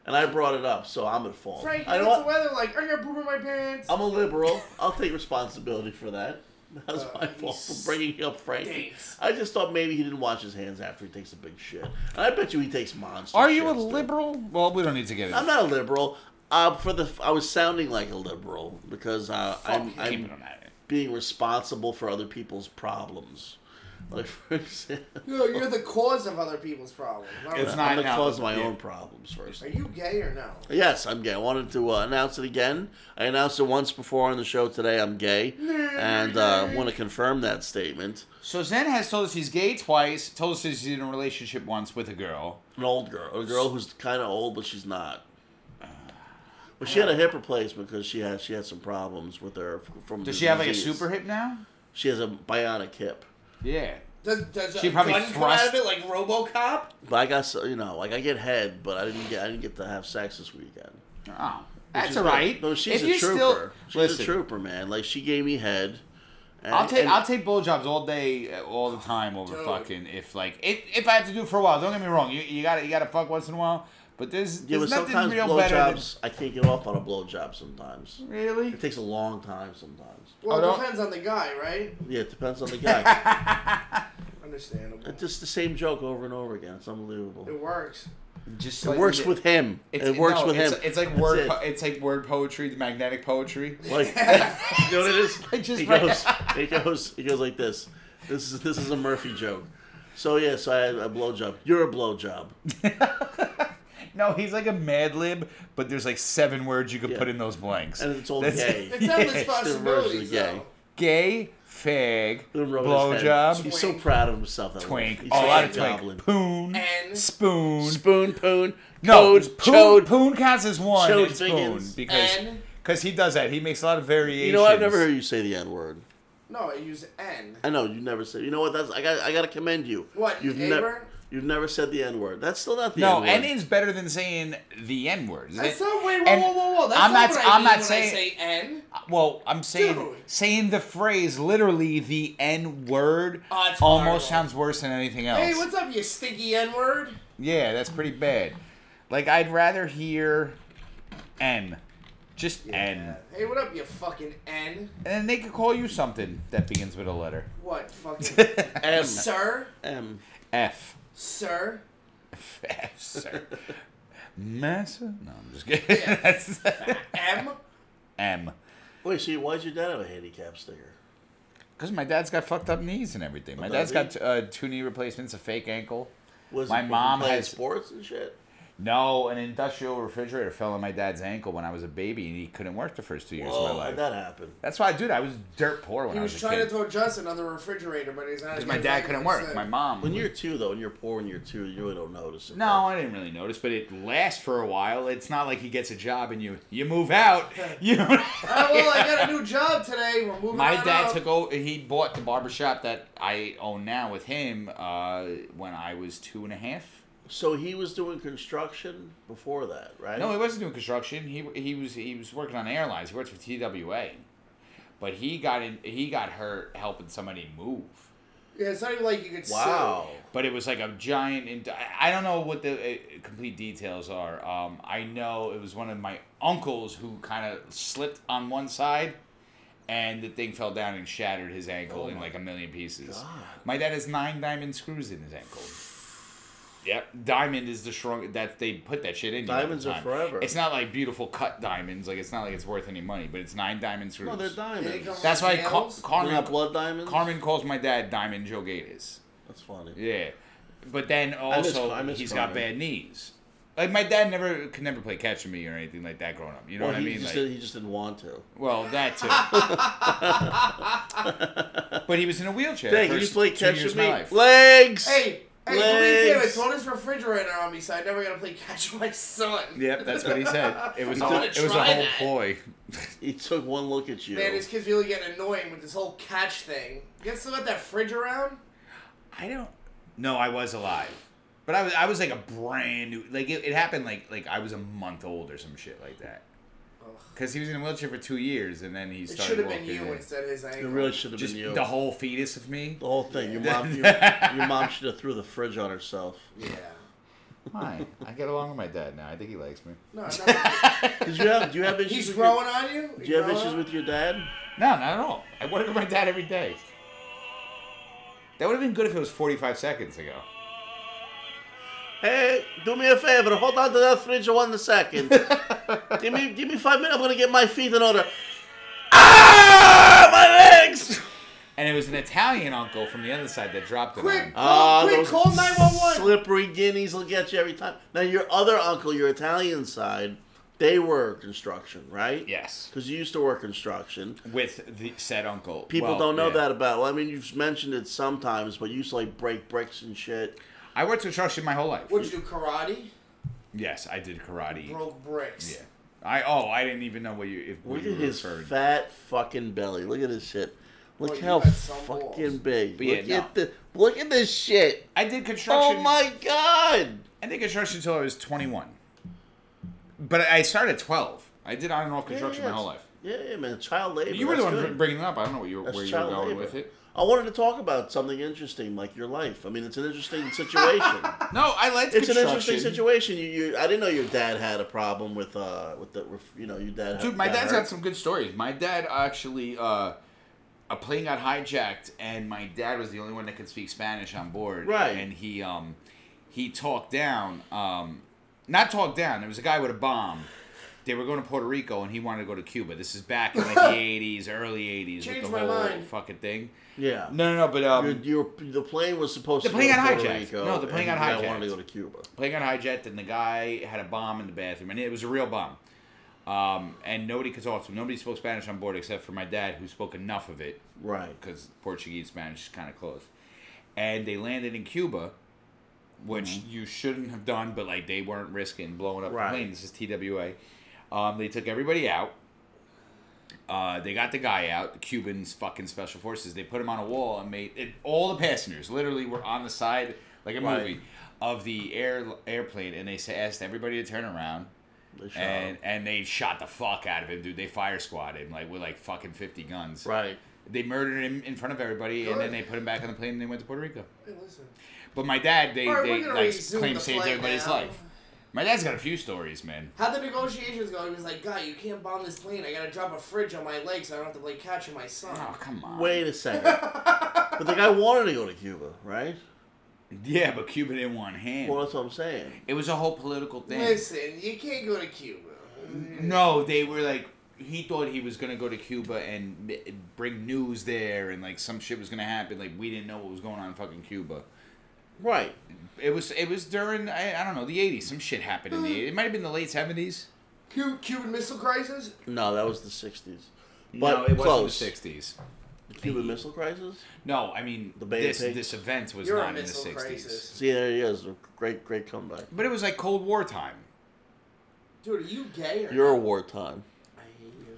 And I brought it up, so I'm at fault. Frankie, I what's know the what? weather like? I got poop in my pants. I'm a liberal. I'll take responsibility for that. That's Uh, my he fault for bringing up Frankie. stinks. I just thought maybe he didn't wash his hands after he takes a big shit. And I bet you he takes monster. Are you a shits, dude. liberal? Well, we don't need to get into I'm not a liberal. Uh, for the I was sounding like a liberal because uh, I'm, Keep it I'm on that. being responsible for other people's problems. Like for example, No, you're the cause of other people's problems. All It's right. not I'm the now, cause of my yeah. own problems first. Are you gay or no? Yes, I'm gay. I wanted to uh, announce it again. I announced it once before on the show today. I'm gay, and uh, want to confirm that statement. So Zen has told us he's gay twice. Told us he's in a relationship once with a girl. An old girl, a girl who's kind of old, but she's not. Well, she had a hip replacement because she had she had some problems with her f- from. Does the she have like a disease. super hip now? She has a bionic hip. Yeah. Does, does She a probably gun come out thrust- of it like RoboCop? But I got so you know, like I get head, but I didn't get I didn't get to have sex this weekend. Oh, that's She's all good. right. No, she's If a you're trooper. still- she's listen, a trooper, man. Like she gave me head. And, I'll take and- I'll take blowjobs all day, uh, all the time over Dude. fucking. If like if, if I have to do it for a while, don't get me wrong. You, you gotta you gotta fuck once in a while, but there's, Yeah, there's but nothing sometimes real better blowjobs, I can't get off on a blowjob sometimes. than really. It takes a long time sometimes. Well, don't- it depends on the guy, right? Yeah, it depends on the guy. Understandable. it's just the same joke over and over again. It's unbelievable. It works. Just It works with him. it works no, with it's, him. It's like That's word. it. po- it's like word poetry, the magnetic poetry. Like, you know what it is? I just he read- goes, he goes, he goes like this. This is this is a Murphy joke. So yeah, so I had a blowjob. You're a blowjob. No, he's like a Mad Lib, but there's like seven words you could Yeah. put in those blanks. And it's all That's- gay. It's not Yeah, it's the responsibilities, version of gay. though. Gay, fag, Then rubbing his head. blowjob, He's so proud of himself. That twink, Oh, He's a lot like of twink, goblin. poon, And- spoon, Spoon, poon, No, toad, poon, chode. poon counts as one. Chode and spoon Biggins. because And- because he does that. He makes a lot of variations. You know, I've never heard you say the N word. No, I use N. I know you never said. You know what? That's I got. I got to commend you. What, You've neighbor? never. You've never said the N word. That's still not the No, N word. N is better than saying the N word. That's not. Wait, whoa, And whoa, whoa, whoa. That's I'm not, not- what I I'm mean not when saying- Uh, I say N. Well, I'm saying Dude. saying the phrase literally the N word Oh, it's horrible. almost sounds worse than anything else. Hey, what's up, you stinky N word? yeah, that's pretty bad. Like I'd rather hear N, just N, Hey, what up, you fucking N? and then they could call you something that begins with a letter What, fucking M. sir, M. F. sir? Sir. Massa? No, I'm just kidding. That's M? M. Wait, see, why'd your dad have a handicap sticker? Because my dad's got fucked up knees and everything. My Oh, dad's does got uh, two knee replacements, a fake ankle. Was My it from mom playing has- sports and shit. No, an industrial refrigerator fell on my dad's ankle when I was a baby, and he couldn't work the first two years Oh, of my life. how'd that happened. That's why, dude, I was dirt poor when He I was, was, a trying kid. to throw Justin on the refrigerator, but he's not. because my dad couldn't work. My mom. When you're two, though, when you're poor, when you're two, you really don't notice it. No, I didn't really notice, but it lasts for a while. It's not like he gets a job and you you move out. You know. Oh, well, I got a new job today. We're moving My on dad up. took over. He bought the barbershop that I own now with him uh, when I was two and a half. So he was doing construction before that, right? No, he wasn't doing construction. He he was he was working on airlines. He worked for TWA, but he got in. He got hurt helping somebody move. Yeah, it's not even like you could Wow. But it was like a giant. ind- I don't know what the uh, complete details are. Um, I know it was one of my uncles who kind of slipped on one side, and the thing fell down and shattered his Oh ankle in like a million pieces. My dad has nine diamond screws in his ankle. Yep, diamond is the strong that they put that shit in. you all the Diamonds are time. forever. It's not like beautiful cut diamonds. Like it's not like it's worth any money, but it's nine diamond screws. No, they're sue. Did it diamonds. come That's with why Car- nails? They're not Carmen blood diamonds. Carmen calls my dad Diamond Joe Gatus. That's funny. Yeah, but then miss- also I miss he's got Carmen. bad knees. Like my dad never could never play catch with me or anything like that growing up. You know Well, what I he, mean? just Like, did, he just didn't want to. well, that too. but he was in a wheelchair. the Dang, you first play two catch with years of my me? life. Legs! Hey, hey, believe me, I Legs. throw this refrigerator on me, so I never gotta play catch with my son. Yep, that's what he said. It was I all, wanna it was a try whole that. ploy. He took one look at you. Man, these kids really getting annoying with this whole catch thing. You guys still got that fridge around? I don't. No, I was alive, but I was I was like a brand new. Like it, it happened like like I was a month old or some shit like that. Because he was in a wheelchair for two years, and then he It should started have walking. been you and- instead of his ankle. it really should have Just been you. the whole fetus of me. The whole thing. Your mom, your, your mom should have threw the fridge on herself. yeah. Fine. I get along with my dad now. I think he likes me. No, no. Did you have? Do you have issues? He's with growing on you? Your, do you have issues with your dad? No, not at all. I work with my dad every day. That would have been good if it was 45 seconds ago. Hey, do me a favor. Hold on to that fridge for one second. give me, give me five minutes. I'm gonna get my feet in order. Ah, my legs! And it was an Italian uncle from the other side that dropped it Quick, on. Uh, Ah, call, quick, those call 911. Slippery guineas will get you every time. Now your other uncle, your Italian side, they were construction, right? Yes. Because you used to work construction. With the said uncle. People Well, don't know yeah. that about. Well, I mean, you've mentioned it sometimes, but you used to like break bricks and shit. I worked construction my whole life. What'd you do, karate? Yes, I did karate. Broke bricks. Yeah. I oh I didn't even know what you if what Look you at were his referring. fat fucking belly. Look at this shit. Look Well, you how got some fucking balls. big. But yeah, look no. at the look at this shit. I did construction. Oh my god. I did construction until I was 21. But I started at 12. I did on and off construction yeah, my whole it's- life. Yeah, yeah, man. Child labor. You were the that's one br good. bringing it up. I don't know what you, were- That's where you were child going labor. with it. I wanted to talk about something interesting, like your life. I mean, it's an interesting situation. No, I liked it's an construction. interesting situation. You, you, I didn't know your dad had a problem with, uh, with the, with, you know, your dad. Dude, my got dad's hurt. got some good stories. My dad actually, uh, a plane got hijacked, and my dad was the only one that could speak Spanish on board. Right. And he, um, he talked down, um, not talked down. There was a guy with a bomb. They were going to Puerto Rico, and he wanted to go to Cuba. This is back in like the '80s, early '80s, with Changed the my whole mind. fucking thing. Yeah. No, no, no. But um, Your, your, the plane was supposed The to plane go got to Puerto hijacked. Rico, No, the plane and got the guy wanted hijacked. to go to Cuba. plane got hijacked and the guy had a bomb in the bathroom and it was a real bomb um, and nobody could talk to him nobody spoke spanish on board except for my dad who spoke enough of it Right. because portuguese spanish is kind of close and they landed in cuba which you shouldn't have done but like they weren't risking blowing up Mm-hmm. Right. the plane this is twa um, they took everybody out uh, they got the guy out, the Cubans, fucking special forces. They put him on a wall and made it, all the passengers literally were on the side, like a Right. movie, of the air airplane, and they sa- asked everybody to turn around, They shot and him. and they shot the fuck out of him, dude. They fire squatted him like with like fucking fifty guns. Right. They murdered him in front of everybody, and then Good. they put him back on the plane, and they went to Puerto Rico. Hey, listen. But my dad, they All right, we're they gonna like resume claim the saved flight everybody's now. life. My dad's got a few stories, man. How'd the negotiations go? He was like, God, you can't bomb this plane. I gotta drop a fridge on my leg so I don't have to play catch with my son. Oh Ah, come on. Wait a second. but the guy wanted to go to Cuba, right? Yeah, but Cuba didn't want him. Well, that's what I'm saying. It was a whole political thing. Listen, you can't go to Cuba. No, they were like he thought he was gonna go to Cuba and m- bring news there, and like some shit was gonna happen. Like we didn't know what was going on in fucking Cuba. Right. It was it was during I, I don't know the '80s. Some shit happened Mm. in the '80s. It might have been the late '70s. Cu- Cuban Missile Crisis? No, that was the 60s. no, it close. wasn't the '60s. The Cuban Missile Crisis? No, I mean The Bay of this Pigs? this event was You're a not in the missile '60s. crisis. See, there he is. A great, great comeback. But it was like Cold War time. Dude, are you gay or Your not? war time. I hate you.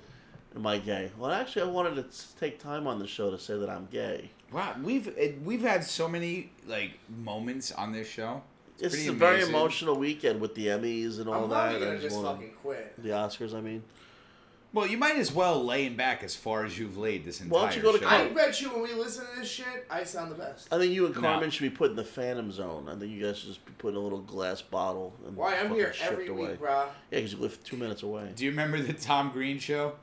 Am I gay? Well, actually, I wanted to s- take time on the show to say that I'm gay. Wow, we've it, we've had so many like moments on this show. It's, pretty a very amazing. emotional weekend with the Emmys and all I'm that. probably I gonna just just wanna- fucking quit. the Oscars, I mean. Well, you might as well laying back as far as you've laid this entire Why don't you go to show. I Cold- bet you when we listen to this shit, I sound the best. I think you and No. Carmen should be put in the Phantom Zone. I think you guys should just be put in a little glass bottle and Why I'm fucking here shipped every away. week, brah. Yeah, because you live two minutes away. Do you remember the Tom Green show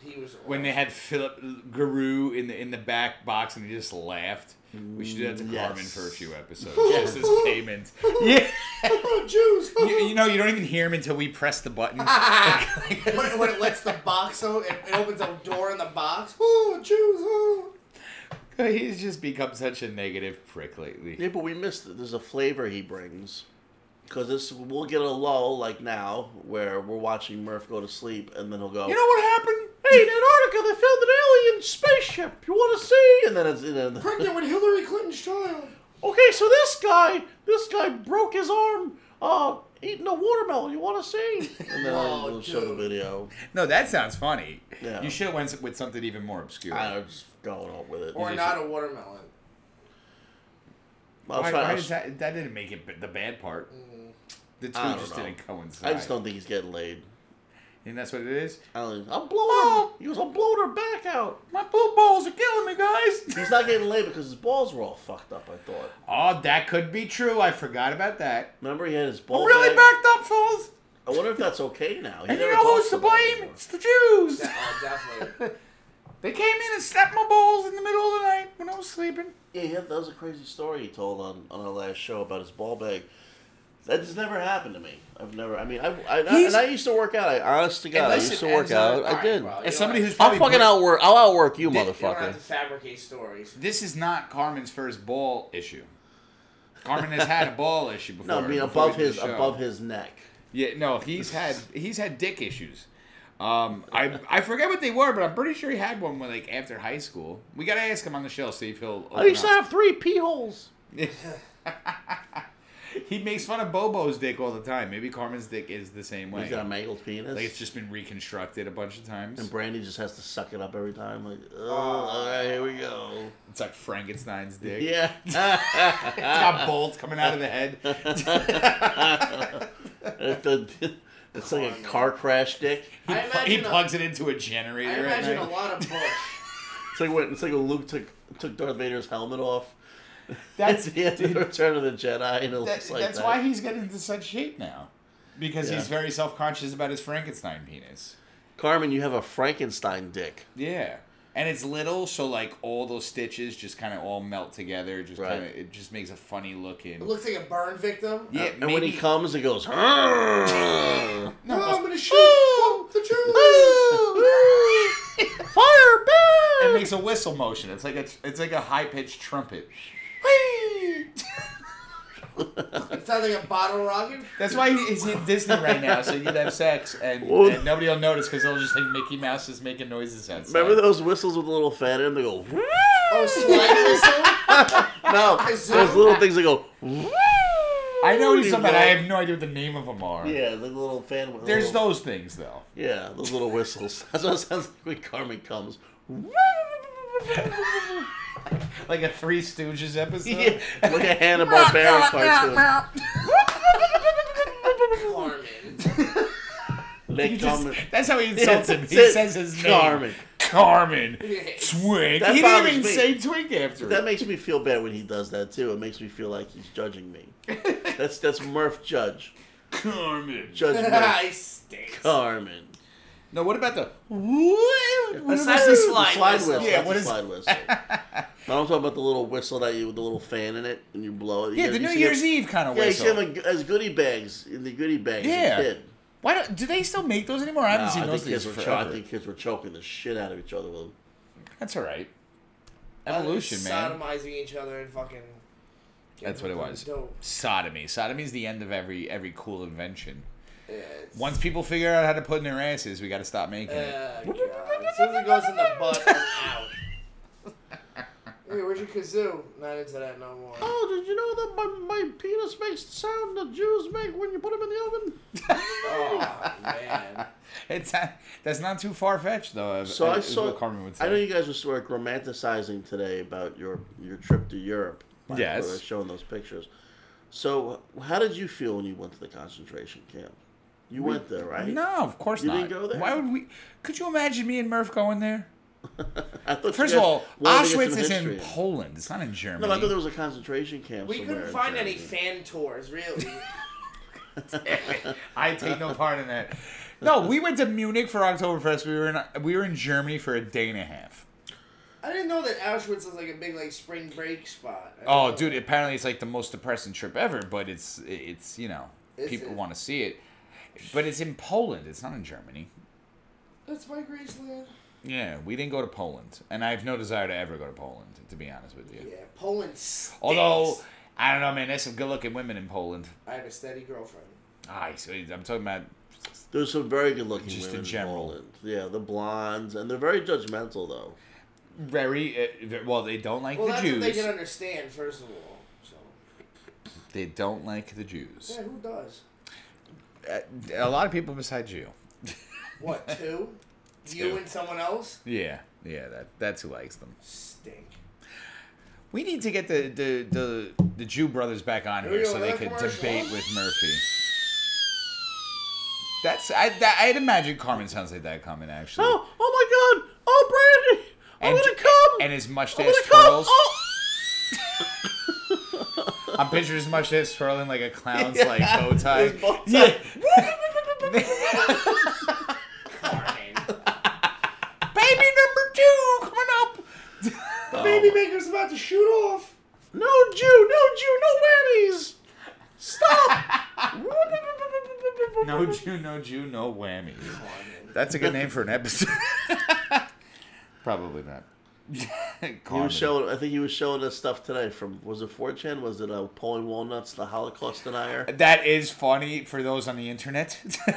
He was when they had Philip Guru in the in the back box and he just laughed? We should do that to Mm, Yes. Carmen for a few episodes. yes, this payment. Yeah, Oh, Jews. you, you know you don't even hear him until we press the button. when, when it lets the box out, it, it opens a door in the box. Oh, Jews. Oh. He's just become such a negative prick lately. Yeah, but we missed it. There's a flavor he brings. Because this, we'll get a lull like now, where we're watching Murph go to sleep, and then he'll go. You know what happened? Hey, in Antarctica, they found an alien spaceship. You want to see? And then it's and then, Pregnant with Hillary Clinton's child. okay. So this guy, this guy broke his arm, uh, eating a watermelon. You want to see? And then Oh, we'll show the dude. video. No, that sounds funny. Yeah. You should have went with something even more obscure. I was just going on with it. Or not a watermelon. I, was Why- trying, why I, did was- Mm. that, that didn't make it b- the bad part. The two I don't just know. didn't coincide. I just don't think he's getting laid. And that's what it is. I don't, I'm blowing. Oh. He was I'm blowing her back out. My poop balls are killing me, guys. He's not getting laid because his balls were all fucked up. I thought. oh, that could be true. I forgot about that. Remember, he had his I'm balls. really backed up, fools. I wonder if that's okay now. He And you never know talks who's to about it blame? anymore. It's the Jews. Yeah, oh, definitely. They came in and slapped my balls in the middle of the night when I was sleeping. Yeah, he had- that was a crazy story he told on, on our last show about his ball bag. That just never happened to me. I've never. I mean, I, I, and I- He's- and I used to work out. I honest to God, I listen, used to work and so- out. I did. Alright, bro, you As don't somebody have- who's I'll probably fucking br- outwork. I'll outwork you, Did- You don't have motherfucker. to fabricate stories. This is not Carmen's first ball issue. Carmen has had a ball issue before. No, I mean before we above did the his show. above his neck. Yeah, no, he's had he's had dick issues. Um, I I forget what they were, but I'm pretty sure he had one when, like after high school. We gotta ask him on the show see if he'll. I Open Oh, used to up. have three pee holes. He makes fun of Bobo's dick all the time. Maybe Carmen's dick is the same way. He's got a mangled penis. like it's just been reconstructed a bunch of times. and Brandy just has to suck it up every time. Like, Ah. oh, all right, here we go. It's like Frankenstein's dick. Yeah. it's got bolts coming out of the head. It's the- it's like a car crash dick. he I imagine, a, plugs it into a I generator. at imagine a night. lot of Bush. It's like when it's like when Luke took took Darth Vader's helmet off. That's That's the end of Return of the Jedi, and it That- looks like that's that. why he's getting into such shape now, because Yeah. he's very self conscious about his Frankenstein penis. Carmen, you have a Frankenstein dick. Yeah, and it's little, so like all those stitches just kind of all melt together. Just Right. kind of it just makes a funny looking. It looks like a burn victim. yeah, Uh, and when he maybe- comes, it goes. "Arrgh." No, Uh, oh, oh, I'm gonna shoot the Fire! it Boom! makes a whistle motion. It's like a it's like a high pitched trumpet. It sounds like a bottle rocket. That's why he's in Disney right now, so you can have sex and, Well- and nobody will notice because they'll just think Mickey Mouse is making noises outside. Remember those whistles with a little fan in them? They go. "Whoo!" Oh, slide No, whistle? those little things that go. "Whoo!" I know what he's You talking about. I go- have no idea what the name of them are. Yeah, the little fan. with There's little- those things though. Yeah, those little whistles. That's what it sounds like when Carmen comes. Like a Three Stooges episode. Yeah, like a Hanna Barbera cartoon. Carmen. They He just- come. that's how he insults him. that's He it. says his name. Carmen. Carmen. Yeah. Twig. That he didn't bothers even me. say twig after That it. makes me feel bad when he does that too. It makes me feel like he's judging me. That's that's Murph Judge. Carmen. Judge Murph. I stink. Carmen. No, what about the? That's What not about a the- slide whistle. whistle. Yeah, that's what a is- slide whistle. Now I'm talking about the little whistle that you with the little fan in it and you blow it. You Yeah, get- the you New see Year's it- Eve kind of Yeah, you see whistle. them in- as goodie bags in the goodie bags. Yeah. As a kid. Why don't, do they still make those anymore? I haven't No, seen I those think kids things were cho- I forever. think kids were choking the shit out of each other with them. That's all right. Evolution, man. Sodomizing each other and fucking. That's what it was. Dope. Sodomy. Sodomy is the end of every every cool invention. Yeah, it's- Once people figure out how to put in their asses, we got to stop making it. Uh, God. As soon as it goes in the butt, I'm out. Hey, where's your kazoo? Not into that no more. Oh, did you know that my, my penis makes the sound the Jews make when you put them in the oven? Oh man. It's that's not too far fetched though. So I I saw. Carmen would say. I know you guys were sort of romanticizing today about your your trip to Europe. Like, Yes. where they're Showing those pictures. So, how did you feel when you went to the concentration camp? You went there, right? No, of course You not. didn't go there? Why would we? Could you imagine me and Murph going there? I thought you First of guys all, wanted to get Auschwitz some is history in Poland. It's not in Germany. No, but I thought there was a concentration camp. We somewhere couldn't in find any Germany. fan tours, really. I take no part in that. No, we went to Munich for Oktoberfest. We were in we were in Germany for a day and a half. I didn't know that Auschwitz was like a big like spring break spot. I Oh, didn't dude! Apparently, it's like the most depressing trip ever. But it's it's you know Is people it? want to see it, but it's in Poland. It's not in Germany. know. That's my Graceland. Yeah, we didn't go to Poland, and I have no desire to ever go to Poland. To be honest with you, Yeah, Poland. Stinks. although I don't know, man. There's some good-looking women in Poland. I have a steady girlfriend. Ah, so I'm talking about There's some very good looking Just in women in general. Poland. Yeah, the blondes, and they're very judgmental though. very uh, ve- well. They don't like Well, the that's Jews. what they They, can understand, first of all. So don't like the Jews. yeah, who does? A lot of people besides you. What two? You Two. and someone else Yeah, yeah. That that's who likes them. stink. We need to get the the the, the Jew brothers back on Here here we so go, they another could commercial. debate with Murphy. That's I that, I'd imagine Carmen sounds like that coming actually. Oh, oh my God! Oh, Brandy, I'm gonna come. And his I'm mustache gonna come. twirls. Oh, I'm picturing his mustache twirling like a clown's like bow tie. His bow tie. Carmen. Baby number two coming up. the Oh. baby maker's about to shoot off. no Jew, no Jew, no whammies. Stop. No Jew, no Jew, no whammy. That's a good name for an episode. Probably not. He Carmen. was showing. I think he was showing us stuff today from was it 4chan? Was it uh, Pauline Walnuts, the Holocaust denier? That is funny for those on the internet.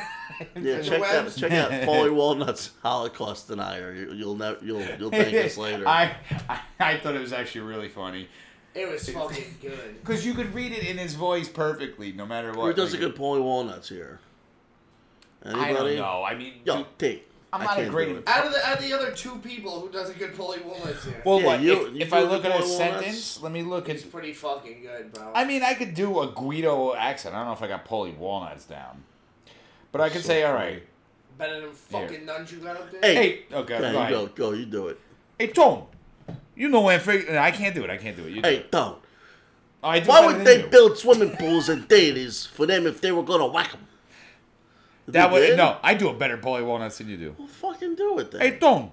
Yeah, check out check out Paulie Walnuts Holocaust denier. You, you'll never you'll you'll thank us later. I, I I thought it was actually really funny It was fucking good. because you could read it in his voice perfectly, no matter what. Who does a Like, good Paulie Walnuts here? Anybody? I don't know. I mean, Yo, dude, Pete. I'm I not a can't great do it. Out of the out of the other two people, who does a good pulley walnuts here? well, Yeah, what, you- if, you if I do look the at a Paulie Walnuts? sentence, let me look at. He's pretty fucking good, bro. I mean, I could do a Guido accent. I don't know if I got Polly Walnuts down, but I could say, all right, Better than fucking nuns you got up there. Hey, hey, okay, Yeah, go, you ahead. go, go, you do it. hey, Tom, you know when? Fre- I can't do it. I can't do it. You do Hey, it. Oh, don't. I do Why better would than they you. build swimming pools and deities for them if they were gonna whack them? That would no. I do a better Polly Walnuts than you do. Fucking do it then. Hey, Don,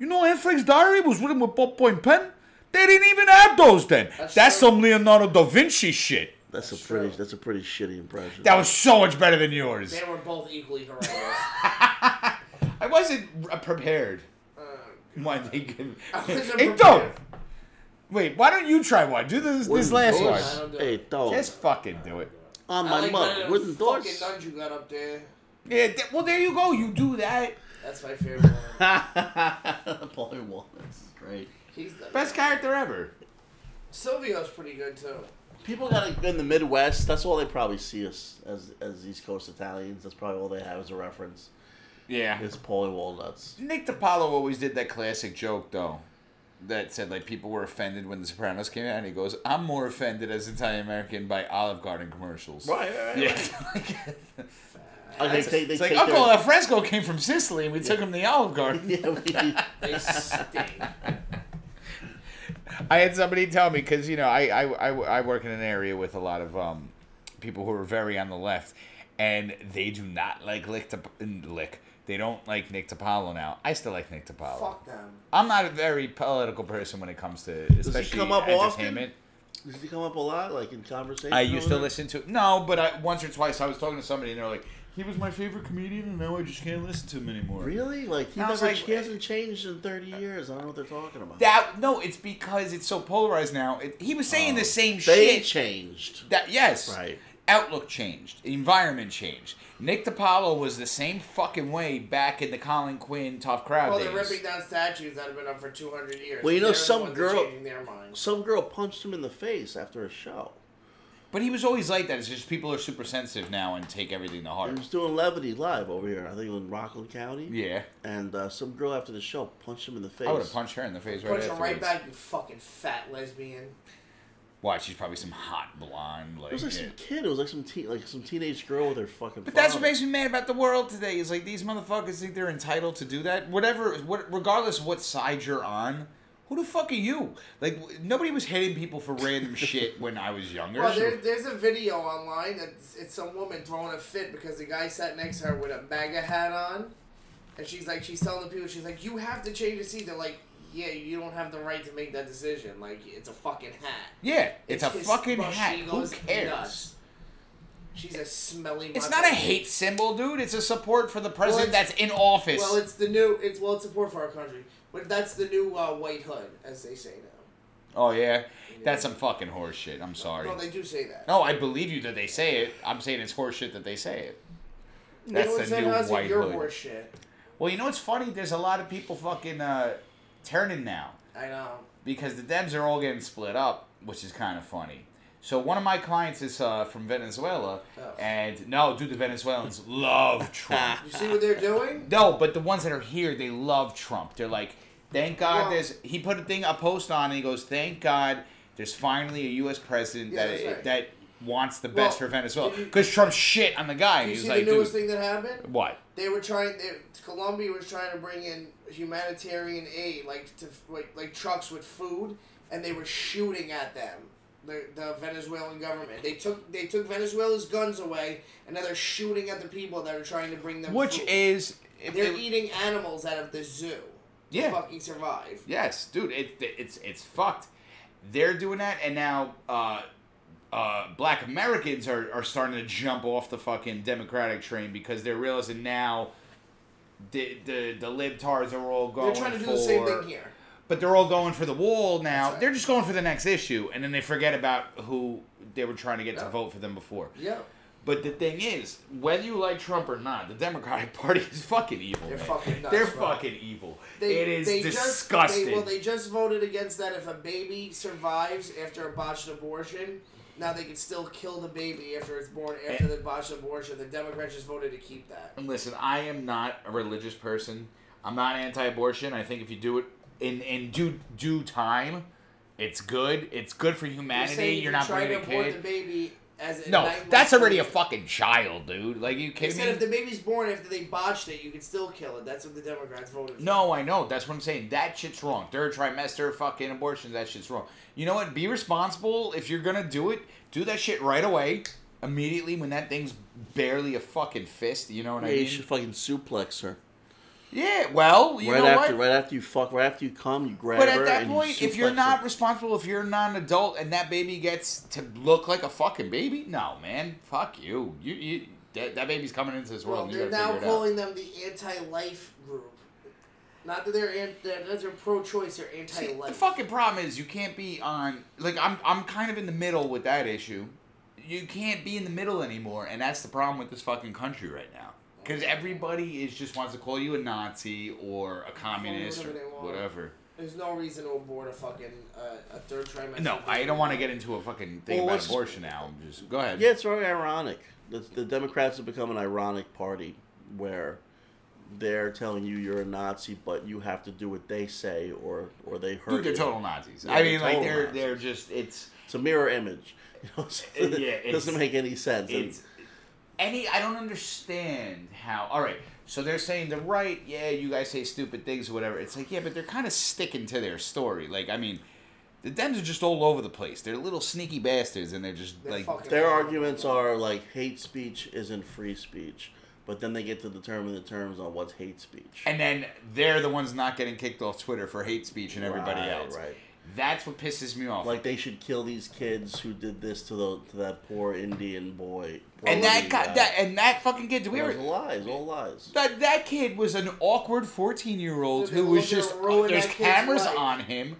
you know Anthrax Diary was written with ballpoint pen? They didn't even have those then. That's, That's true. some Leonardo da Vinci shit. that's a pretty. That's a pretty shitty impression. That was so much better than yours. They were both equally horrendous. I wasn't uh, prepared. Why they give- wasn't Hey, prepared. Don! Wait, why don't you try one? Do this, this Wooden last doors. one. I don't do Hey, it. don't. Just fucking do it. on I my like better mug. than Wooden Fucking doors. nuns you got up there. Yeah, th- well, there you go. You do that. That's my favorite one. Paulie Walnuts is great. He's the Best character ever. Silvio's pretty good too. People got in the Midwest. That's all they probably see us as as East Coast Italians. That's probably all they have as a reference. Yeah. It's Paulie Walnuts. Nick DiPaolo always did that classic joke though, that said like people were offended when The Sopranos came out, and he goes, "I'm more offended as Italian American by Olive Garden commercials." Yeah. Like, they take, they it's like take Uncle their, Alfresco came from Sicily, and we took him to the Olive Garden. Yeah, They stink. I had somebody tell me because you know I, I, I, I work in an area with a lot of um, people who are very on the left, and they do not like lick to, lick. They don't like Nick DiPaolo now. I still like Nick DiPaolo. Fuck them. I'm not a very political person when it comes to especially come up often? entertainment. Does he come up a lot, like in conversation? I used over to there? listen to no, but I, once or twice I was talking to somebody and they're like, "He was my favorite comedian, and now I just can't listen to him anymore." Really? Like he, I was never, like- he hasn't changed in thirty years. I don't know what they're talking about. That no, it's because it's so polarized now. It, he was saying the same Oh. they shit. changed. That yes, Right. Outlook changed. Environment changed. Nick DiPaolo was the same fucking way back in the Colin Quinn tough crowd Well, days. Oh, they're ripping down statues that have been up for 200 years. Well, you know, They're the some ones that are girl- Changing their minds. Some girl punched him in the face after a show. But he was always like that. It's just people are super sensitive now and take everything to He heart. was doing levity live over here. I think in Rockland County. Yeah, And uh, some girl after the show punched him in the face. I would have punched her in the face right Punch them afterwards. right back, you fucking fat lesbian. Why? She's probably some hot blonde. It Like, was like yeah. some kid. It was like some teen, like some teenage girl with her fucking. But that's what makes me mad about the world today. Is like these motherfuckers think they're entitled to do that. Whatever, what, regardless what side you're on, who the fuck are you? Like w- nobody was hitting people for random shit when I was younger. Well, there, there's a video online that it's some woman throwing a fit because the guy sat next to her with a MAGA hat on, and she's like, she's telling the people, she's like, you have to change the seat. They're like, yeah, you don't have the right to make that decision. Like, it's a fucking hat. yeah, it's, a his- fucking but hat. she Who goes cares? nuts. She's a smelly. It's mutt. not a hate symbol, dude. It's a support for the president it's- that's in office. Well, it's the new. It's well, it's support for our country, but that's the new uh, white hood, as they say now. oh yeah, that's some fucking horse shit. I'm sorry. No, they do say that. No, I believe you that they say it. I'm saying it's horse shit that they say it. That's you know, the new white your hood. horse shit. Well, you know what's funny? There's a lot of people fucking uh, turning now. I know. because the Debs are all getting split up, which is kind of funny. So one of my clients is uh, from Venezuela, Oh. and no, dude, the Venezuelans love Trump. You see what they're doing? no, but the ones that are here, they love Trump. They're like, thank God Well- there's. He put a thing, a post on, and he goes, thank God there's finally a U.S. president Yeah, that that's right. that wants the best for Well, Venezuela did you- because Trump's shit on the guy. and You he was see like, the newest dude, thing that happened? what? They were trying. They, Colombia was trying to bring in humanitarian aid, like to like, like trucks with food, and they were shooting at them. The, the Venezuelan government. They took they took Venezuela's guns away, and now they're shooting at the people that are trying to bring them. Which food. is if they're it- eating animals out of the zoo. Yeah. To fucking survive. Yes, dude, it, it's it's fucked. They're doing that, and now uh, uh, black Americans are, are starting to jump off the fucking Democratic train because they're realizing now the the, the libtards are all going. They're trying to do the same for- thing here. But they're all going for the wall now. That's right. They're just going for the next issue, and then they forget about who they were trying to get to Yeah. vote for them before. Yeah. But the thing is, whether you like Trump or not, the Democratic Party is fucking evil. They're man. fucking nuts, They're bro. fucking evil. They, it is they disgusting. Just, they, well, they just voted against that. If a baby survives after a botched abortion, now they can still kill the baby after it's born Eh. after the botched abortion. The Democrats just voted to keep that. And Listen, I am not a religious person. I'm not anti-abortion. I think if you do it in in due due time, it's good. It's good for saying humanity. if You're you not try bringing a to abort the kid. baby as a No, nine-month that's already a baby. fucking child, dude. Like you They kidding said me? if the baby's born after they botched it, you can still kill it. That's what the Democrats voted. for. no, I know. That's what I'm saying. That shit's wrong. Third trimester, fucking abortion. That shit's wrong. You know what? Be responsible. If you're gonna do it, do that shit right away, immediately when that thing's barely a fucking fist. You know what I Yeah, you mean? should fucking suplex her Yeah. Well, you right know after what? right after you fuck right after you come you grab But her at that and point, you if you're suplex not her. responsible, if you're not an adult, and that baby gets to look like a fucking baby, no, man, fuck you. You, you that, that baby's coming into this Well, world. they're and you gotta now figure it out. calling them the anti-life group. Not that they're an- that that they're pro-choice, they're See, the anti-life. fucking problem is you can't be on. Like I'm, I'm kind of in the middle with that issue. You can't be in the middle anymore, and that's the problem with this fucking country right now. Because everybody is just wants to call you a Nazi or a communist or whatever they want. whatever. There's no reason to abort a fucking uh, a third trimester. No, I don't want to get into a fucking thing Well, about let's- abortion now. I'm just go ahead. yeah it's very ironic the, the Democrats have become an ironic party where they're telling you you're a Nazi but you have to do what they say or or they hurt Dude, they're you. total Nazis. Yeah, I they're mean, like total they're Nazis. they're just it's it's a mirror image you know, so Uh, Yeah, it doesn't it's- make any sense And it's any. I don't understand how. All right, so they're saying the right. Yeah, you guys say stupid things or whatever. It's like yeah, but they're kind of sticking to their story. Like I mean, the Dems are just all over the place. They're little sneaky bastards, and they're just They're like fucking- their arguments are like hate speech isn't free speech but then they get to determine the terms on what's hate speech And then they're the ones not getting kicked off Twitter for hate speech and everybody Right, else. right. That's what pisses me off. Like they should kill these kids who did this to the to that poor Indian boy. Poor and that, Indian guy, guy. that and that fucking kid. Did we It was ever? lies, all lies. That that kid was an awkward fourteen year old Dude, who they was looked at just her ruin there's that kid's cameras life. on him.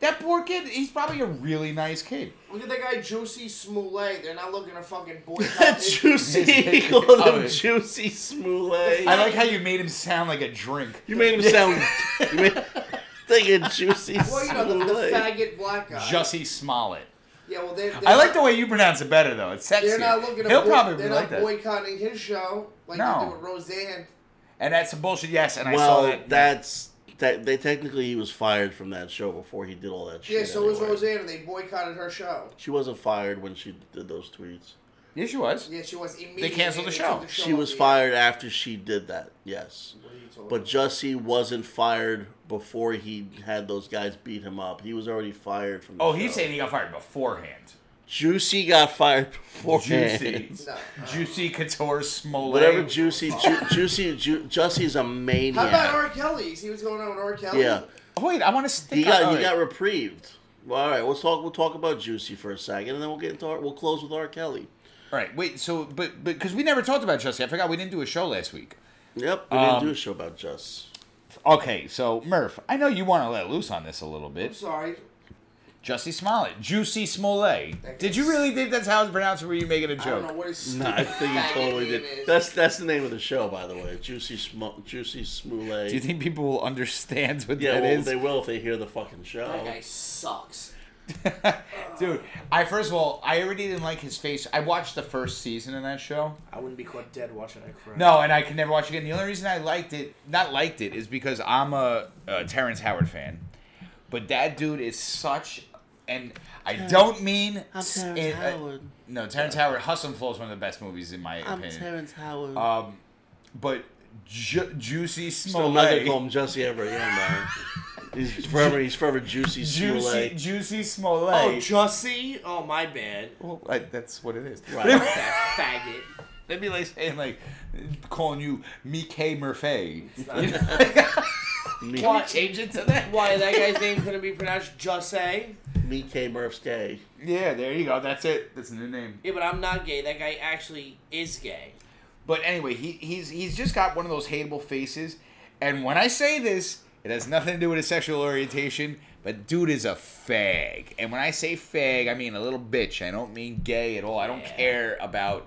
That poor kid. He's probably a really nice kid. Look at that guy, Juicy Smollett. They're not looking to fucking boycott. That it. juicy, he called Oh, him it- juicy I Smollett. like how you made him sound like a drink. You made him sound. you made think a juicy Well, you know, the, the Smollett. faggot black guy. Jussie Smollett. yeah, well, they I like the way you pronounce it better though. It's sexy. They're not looking to He'll boy- probably they're be like not that. boycotting his show like No. they did with Roseanne. and that's some bullshit. Yes, and I well, saw that. that's that. They technically he was fired from that show before he did all that shit. Yeah, so was anyway. Roseanne, and they boycotted her show. She wasn't fired when she did those tweets. yeah, she was. Yeah, she was immediately. canceled the they show. took She off was the air. fired after she did that. Yes. What are you talking But about? Jussie wasn't fired before he had those guys beat him up. He was already fired from. The Oh, he's show. saying he got fired beforehand. Juicy got fired before Juicy, No. Juicy Couture Smollett. Whatever Juicy, ju- Juicy, ju- Jussie's a maniac. How about R. Kelly? See what's going on with R. Kelly? Yeah, Oh, wait, I want to stick. he got on, he got reprieved. Well, all right, we'll talk. We'll talk about Juicy for a second, and then we'll get into our, we'll close with R. Kelly. All right, wait. So, but but because we never talked about Jussie, I forgot we didn't do a show last week. Yep, we Um, didn't do a show about Juss. Okay, so Murph, I know you want to let loose on this a little I'm bit. sorry. Jussie Smollett, Juicy Smollett. That Did guy's- you really think that's how it's pronounced? Or were you making a I don't know joke? what his No, I think faggot he totally name did. is. That's that's the name of the show, by the way. Juicy Sm- Juicy Smollett. Do you think people will understand what Yeah, that well, is? they will if they hear the fucking show. That guy sucks. Dude, I first of all, I already didn't like his face. I watched the first season of that show. I wouldn't be caught dead watching that crap. No, and I can never watch it again. The only reason I liked it, not liked it, is because I'm a, a Terrence Howard fan. But that dude is such, and I don't mean s- in- uh, no, Terrence Howard. Hustle and Flow is one of the best movies in my opinion. Howard. um, but Ju- Juicy Still not Smollett, gonna call Oh, him Jussie ever again, man. He's forever. He's forever Juicy Juicy Smollett. Juicy Smollett. Oh, Jussie? Oh, my bad. Well, I, that's what it is. Right. That faggot. That'd be like saying like calling you Mike Murphy. Me, Why, Change it to that. why that guy's name couldn't be pronounced Jussie? me K Murph's gay. Yeah, there you go. That's it. That's a new name. Yeah, but I'm not gay. That guy actually is gay. But anyway, he, he's he's just got one of those hateable faces. And when I say this, it has nothing to do with his sexual orientation. But dude is a fag. And when I say fag, I mean a little bitch. I don't mean gay at all. I don't care about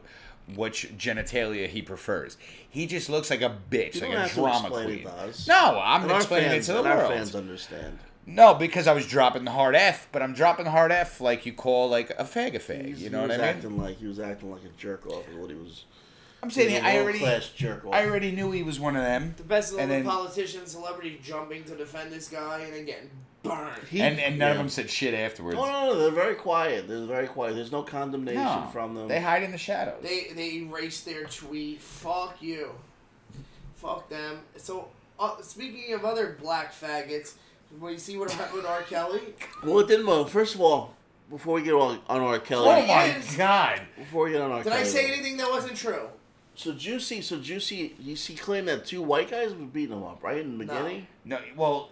which genitalia he prefers. He just looks like a bitch, You like don't a have to drama explain it queen. to us. No, I'm And our explaining fans, it to and the our world. fans understand. No, because I was dropping the hard F, but I'm dropping the hard F like you call like a fag a fag. He's- You know he what I was mean? acting like he was acting like a jerk off. Is what he was. I'm He was saying a I already world-class jerk off. I already knew he was one of them. The best of all And the then- politicians, celebrities jumping to defend this guy and then getting burned. He- and and none of yeah. them said shit afterwards. No, no, no. They're very quiet. They're very quiet. There's no condemnation No, from them. They hide in the shadows. They they erased their tweet. Fuck you. Fuck them. So uh, speaking of other black faggots, when you see what happened with R. Kelly, well, it didn't. Well, first of all, before we get on, on R. Kelly, oh my is- god! before we get on R. did Kelly, I say though. anything that wasn't true? So juicy, so juicy. You see, claimed that two white guys were beating him up, right in the No. beginning. No, well,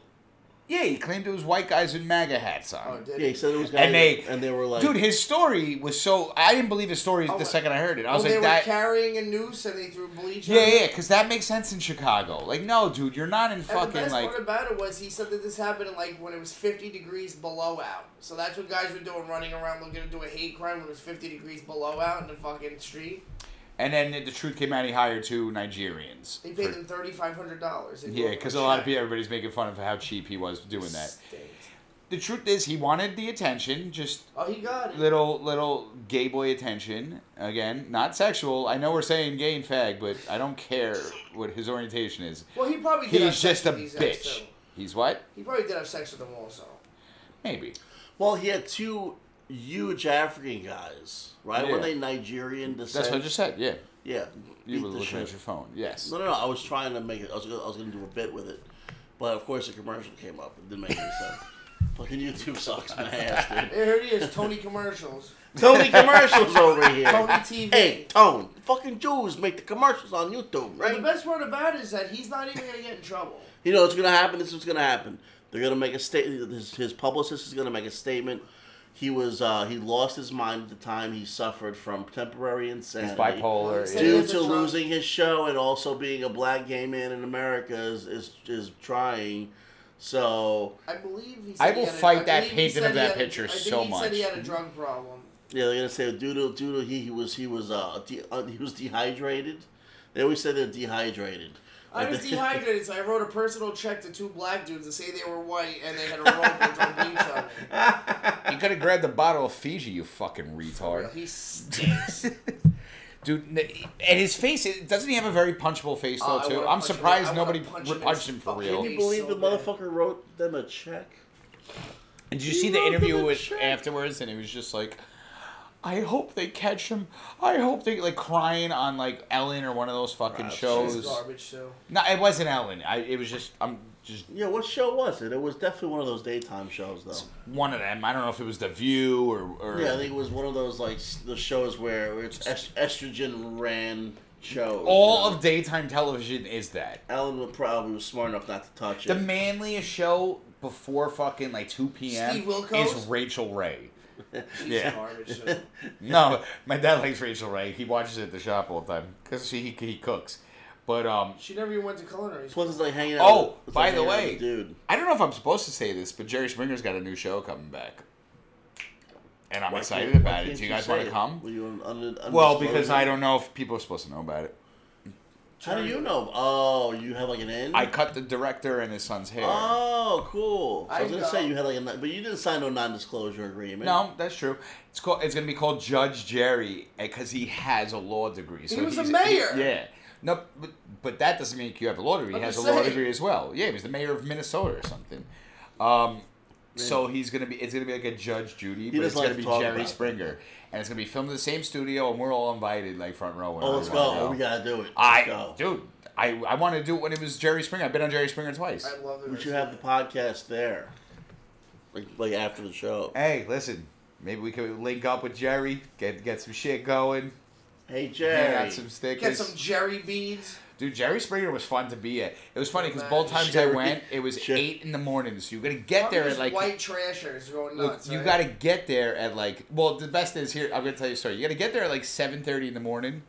yeah, he claimed it was white guys with MAGA hats on. Oh, did Yeah, he? he said it was guys, And they- and they were like, Dude, his story was so I didn't believe his story Oh, the second I heard it. I Well, was they like were that. carrying a noose and they threw bleach. yeah, on yeah, because that makes sense in Chicago. Like, no, dude, you're not in And the fucking best like. part about it was he said that this happened in like when it was 50 degrees below out. So that's what guys were doing, running around looking to do a hate crime when it was 50 degrees below out in the fucking street. And then the truth came out. He hired two Nigerians. They paid for- them $3,500. They Yeah, wrote because a them lot of check. people, everybody's making fun of how cheap he was doing that. Stinks. The truth is, he wanted the attention, just Oh, he got it. little little gay boy attention. Again, not sexual. I know we're saying gay and fag, but I don't care what his orientation is. Well, he probably did have He's sex just a with these guys, bitch. too. He's what? He probably did have sex with them also. Maybe. well, he had two huge African guys, right? Yeah. Were they Nigerian descent? That's what I just said. Yeah. Yeah, You beat were the looking at shit. your phone. Yes. No, no, no. I was trying to make it. I was, gonna- I was going to do a bit with it, but of course the commercial came up. It didn't make any sense. Fucking YouTube sucks my ass, dude. There he is, Tony commercials. Tony commercials over here. Tony TV. Hey, Tone. Fucking Jews make the commercials on YouTube, Well, the right? best part about it is that he's not even going to get in trouble. You know what's gonna happen. This is what's gonna happen. They're gonna make a statement. His, his publicist is gonna make a statement. He was uh, he lost his mind at the time. He suffered from temporary insanity. He's bipolar. Dude, yeah. due It's a to drug. losing his show and also being a black gay man in America is is, is trying. So I believe he. Said I he will had a- fight I that believe he painting said of he that had a- picture I think so he said he much. had a drug problem. yeah, they're gonna say due to due to he he was he was uh de- uh, he was dehydrated. They always say they're dehydrated. I Like was they- dehydrated, so I wrote a personal check to two black dudes to say they were white and they had a rope with a bleach on it. You could have grabbed the bottle of Fiji, you fucking retard. He stinks. Dude, n- and his face, it- doesn't he have a very punchable face, Oh, though, I too? wanna I'm punch him. I surprised wanna nobody punch re- him in punched his him for fucking real. Can you He's believe so the bad. motherfucker wrote them a check? And did you see the interview with afterwards? And he was just like, I hope they catch him. I hope they, like, crying on, like, Ellen or one of those fucking He's shows. garbage too. No, it wasn't Ellen. I, it was just, I'm just Yeah, what show was it? It was definitely one of those daytime shows, though. one of them. I don't know if it was The View or. or Yeah, I think it was one of those like s- the shows where it's est- estrogen ran shows. all you know? of daytime television is that. Ellen would probably was smart enough not to touch it. The manliest show before fucking like 2 p.m. Steve Wilkos? is Rachel Ray. He's Yeah. garbage too. No, my dad likes Rachel Ray. He watches it at the shop all the time because he, he cooks. But um, She never even went to culinary. school. Plus, it's like hanging out. Oh, with- it's by like the hanging out with way. a dude. I don't know if I'm supposed to say this, but Jerry Springer's got a new show coming back, and I'm Why excited can't- why about it. can't Do you guys say want to it? come? Were you un- un- un- Well, because I don't know if people are supposed to know about it. How do you know? Oh, you have like an in. I cut the director and his son's hair. Oh, cool. I, I was gonna know. say you had like a, non- but you didn't sign no non-disclosure agreement. No, that's true. It's called. It's gonna be called Judge Jerry because he has a law degree. So He was a he's- mayor. he- yeah. No, but, but that doesn't make you have a law degree. He I'm has a just law saying. degree as well. Yeah, he was the mayor of Minnesota or something. Um, so he's gonna be. It's gonna be like a Judge Judy, but doesn't it's gonna like to be talk about Jerry it. Springer, and it's gonna be filmed in the same studio, and we're all invited, like front row. Oh, let's go. We gotta do it. Let's I go. dude, I I want to do it when it was Jerry Springer. I've been on Jerry Springer twice. I love it. We should have the podcast there, like like after the show. Hey, listen, maybe we could link up with Jerry, get get some shit going. Hey Hang Jerry, out some stickers. Get some Jerry beads. Dude, Jerry Springer was fun to be at. It was funny because Oh, Man, both times I Jerry- went, it was Jerry- eight in the morning. So you gotta get there at These like. white trashers going Look, nuts. you right? gotta get there at like. Well, the best is here. I'm gonna tell you a story. You gotta get there at like seven thirty in the morning.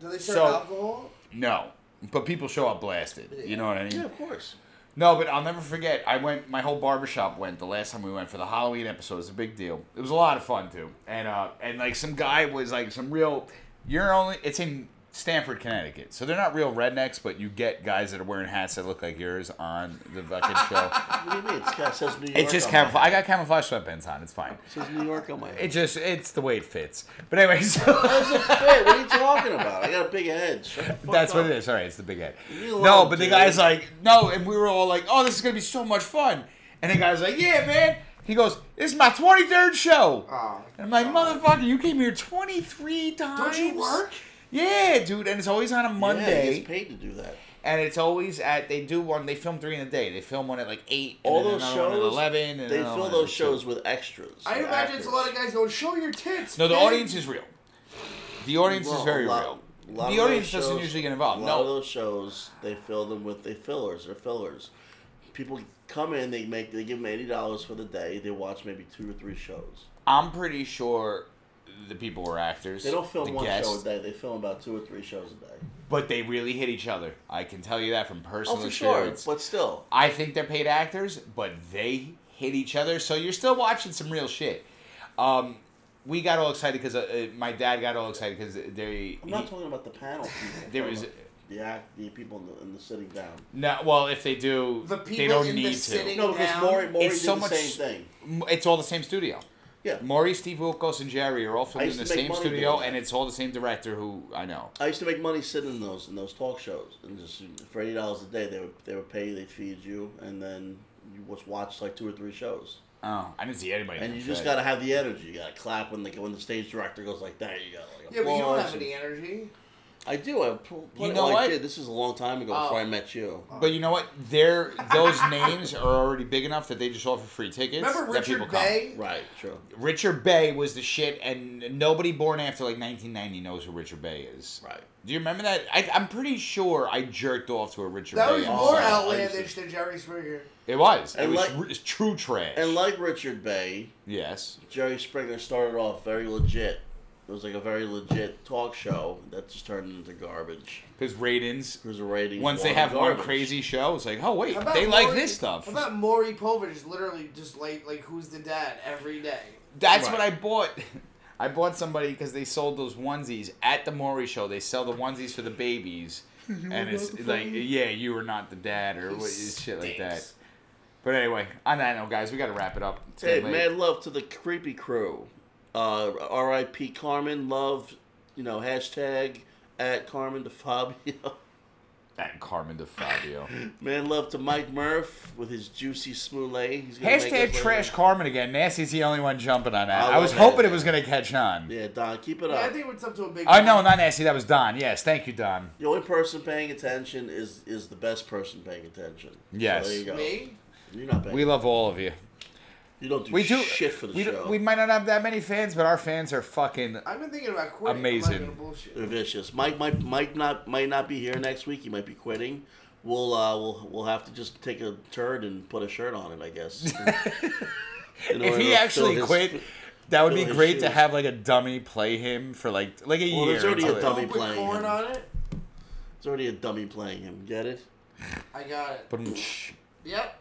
Do they serve so- alcohol? No, but people show up blasted. You know what I mean? yeah, of course. No, but I'll never forget. I went. My whole barbershop went the last time we went for the Halloween episode. It was a big deal. It was a lot of fun too. And uh, and like some guy was like some real. You're only. It's in Stamford, Connecticut. So they're not real rednecks, but you get guys that are wearing hats that look like yours on the fucking show. What do you mean? It's got, it says New York. it's just on it. camouflage. I got camouflage sweatpants on. It's fine. It says New York on my. It Head. just. It's the way it fits. But anyway, so. It's a fit. What are you talking about? I got a big head. Shut the fuck That's up. what it is. All right, it's the big head. You No, love but the dude. guy's like, no, and we were all like, oh, this is gonna be so much fun. And the guy's like, yeah, man. He goes, this is my 23rd show. Oh, And I'm like, motherfucker, you came here 23 times. don't you work? Yeah, dude, and it's always on a Yeah, he Monday, gets paid to do that. and it's always at they do one. They film three in a day. They film one at like eight. and All then those another one at shows, eleven. And They another fill one at those two. shows with extras. I with imagine it's a actors. lot of guys going, "Show your tits." No, the man." audience is real. The audience Well, is very a lot- real. a lot The of audience those doesn't shows- usually get involved. A lot No. of those shows, they fill them with they fillers. They're fillers. People come in, they make they give them eighty dollars for the day. They watch maybe two or three shows. I'm pretty sure the people were actors. They don't film the one guests. show a day. They film about two or three shows a day. But they really hit each other. I can tell you that from Oh, personal for sure. experience. But still, I think they're paid actors, but they hit each other. So you're still watching some real shit. Um, we got all excited because uh, uh, my dad got all excited because they. I'm not he- talking about the panel. People. I'm There talking was- about the act, the people in the, in the sitting down. no, well, if they do, The they people don't in the need to. sitting- No, because Down. Maury, Maury It's did so the much- same thing. M- It's all the same studio. Yeah, Maury, Steve Wilkos, and Jerry are all filmed in used the to make same money studio, doing that. and it's all the same director who I know. I used to make money sitting in those in those talk shows, and just for eighty dollars a day, they would they would pay you, they would feed you, and then you just watch like two or three shows. Oh, I didn't see anybody. And in you that just show. gotta have the energy. You gotta clap when the when the stage director goes like, "There you go." Like, Yeah, but you don't applause have and- any energy. I do. I pl- pl- You know well, I what? Oh. did. This is a long time ago before I met you. But you know what? They're, those names are already big enough that they just offer free tickets. Remember that people Richard come. Bay? Right. True. Richard Bay was the shit, and nobody born after like 1990 knows who Richard Bay is. Right. Do you remember that? I, I'm pretty sure I jerked off to a Richard That Bay. Oh, was song. more I outlandish than Jerry Springer. It was. It And was like- r- it's true trash. And like Richard Bay, yes. Jerry Springer started off very legit. It was like a very legit talk show that just turned into garbage. Because ratings, Because the ratings. once they were have one garbage. crazy show, it's like, oh, wait, How about they like Maury- this stuff. How about Maury Povich? Literally, just like like who's the dad every day. That's Right. what I bought. I bought somebody because they sold those onesies at the Maury show. They sell the onesies for the babies, and it's like, yeah, you were not the dad or what, shit like that. stinks. But anyway, on that note, guys, we got to wrap it up. It's Hey, getting late. mad love to the creepy crew. Uh, R.I.P. Carmen. Love, you know, hashtag at Carmen DeFabio. That Carmen DeFabio. Man, love to Mike Murph with his juicy smoulet. He's gonna make Hashtag us trash Carmen again. Nasty's the only one jumping on that. I I, was love hoping Nasty. it was going to catch on. Yeah, Don, keep it Yeah, I up. think it's up to a big. Oh, no, guy. not Nasty. That was Don. Yes, thank you, Don. The only person paying attention is is the best person paying attention. So Yes. there you go. me. You're not paying. We love all of you. you don't do, We do. shit for the we, do- show. we might not have that many fans, but our fans are fucking I've been thinking about quitting. I'm not Amazing. gonna bullshit. They're vicious. Mike might might not might not be here next week. He might be quitting. We'll uh, we'll we'll have to just take a turd and put a shirt on it, I guess. In if order he to actually fill his- quit, that would be fill his great to shoes. have like a dummy play him for like like a Well, year. there's already a until it- dummy. I'll be Put playing corn him. on it. It's already a dummy playing him. Get it? I got it. But, mm, Yep.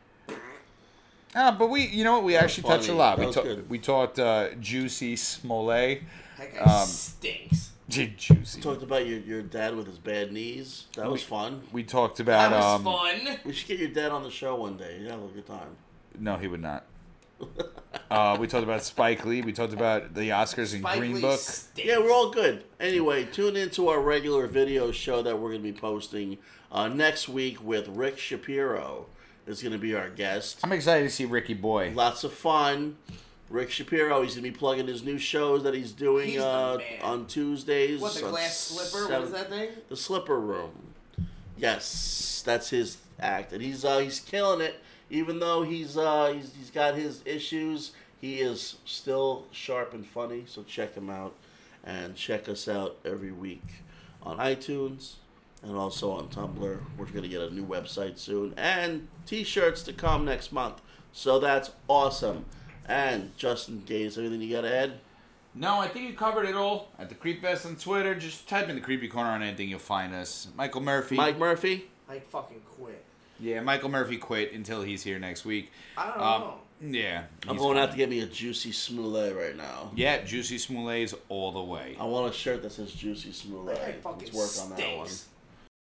ah, but we, you know what? We actually touched a funny. lot. That We was talked. good. We talked uh, juicy Smollett. That guy Um, stinks. Ju- Juicy. Talked about your, your dad with his bad knees. That was fun. We talked That about. was um, fun. We should get your dad on the show one day. You have a good time. No, he would not. uh, we talked about Spike Lee. We talked about the Oscars and Spike Green Lee Book. stinks. Yeah, we're all good. Anyway, tune into our regular video show that we're going to be posting uh, next week with Rick Shapiro. Is going to be our guest. I'm excited to see Ricky Boy. Lots of fun. Rick Shapiro. He's going to be plugging his new shows that he's doing He's the uh, man. on Tuesdays. What the on glass slipper? What is seven- that thing? The Slipper Room. Yes, that's his act, and he's uh, he's killing it. Even though he's uh, he's he's got his issues, he is still sharp and funny. So check him out, and check us out every week on iTunes and also on Tumblr. We're gonna get a new website soon and T-shirts to come next month. So that's awesome. And Justin Gaze, anything you gotta add? No, I think you covered it all. At the Creep Fest on Twitter, just type in the Creepy Corner on anything, you'll find us. Michael Murphy. Mike Murphy. I fucking quit. Yeah, Michael Murphy quit until he's here next week. I don't Um, know. Yeah. I'm he's going out to fine. get me a juicy smoulet right now. Yeah, Juicy Smoulet's all the way. I want a shirt that says Juicy Smoothie. That guy fucking Let's work on that one. stinks.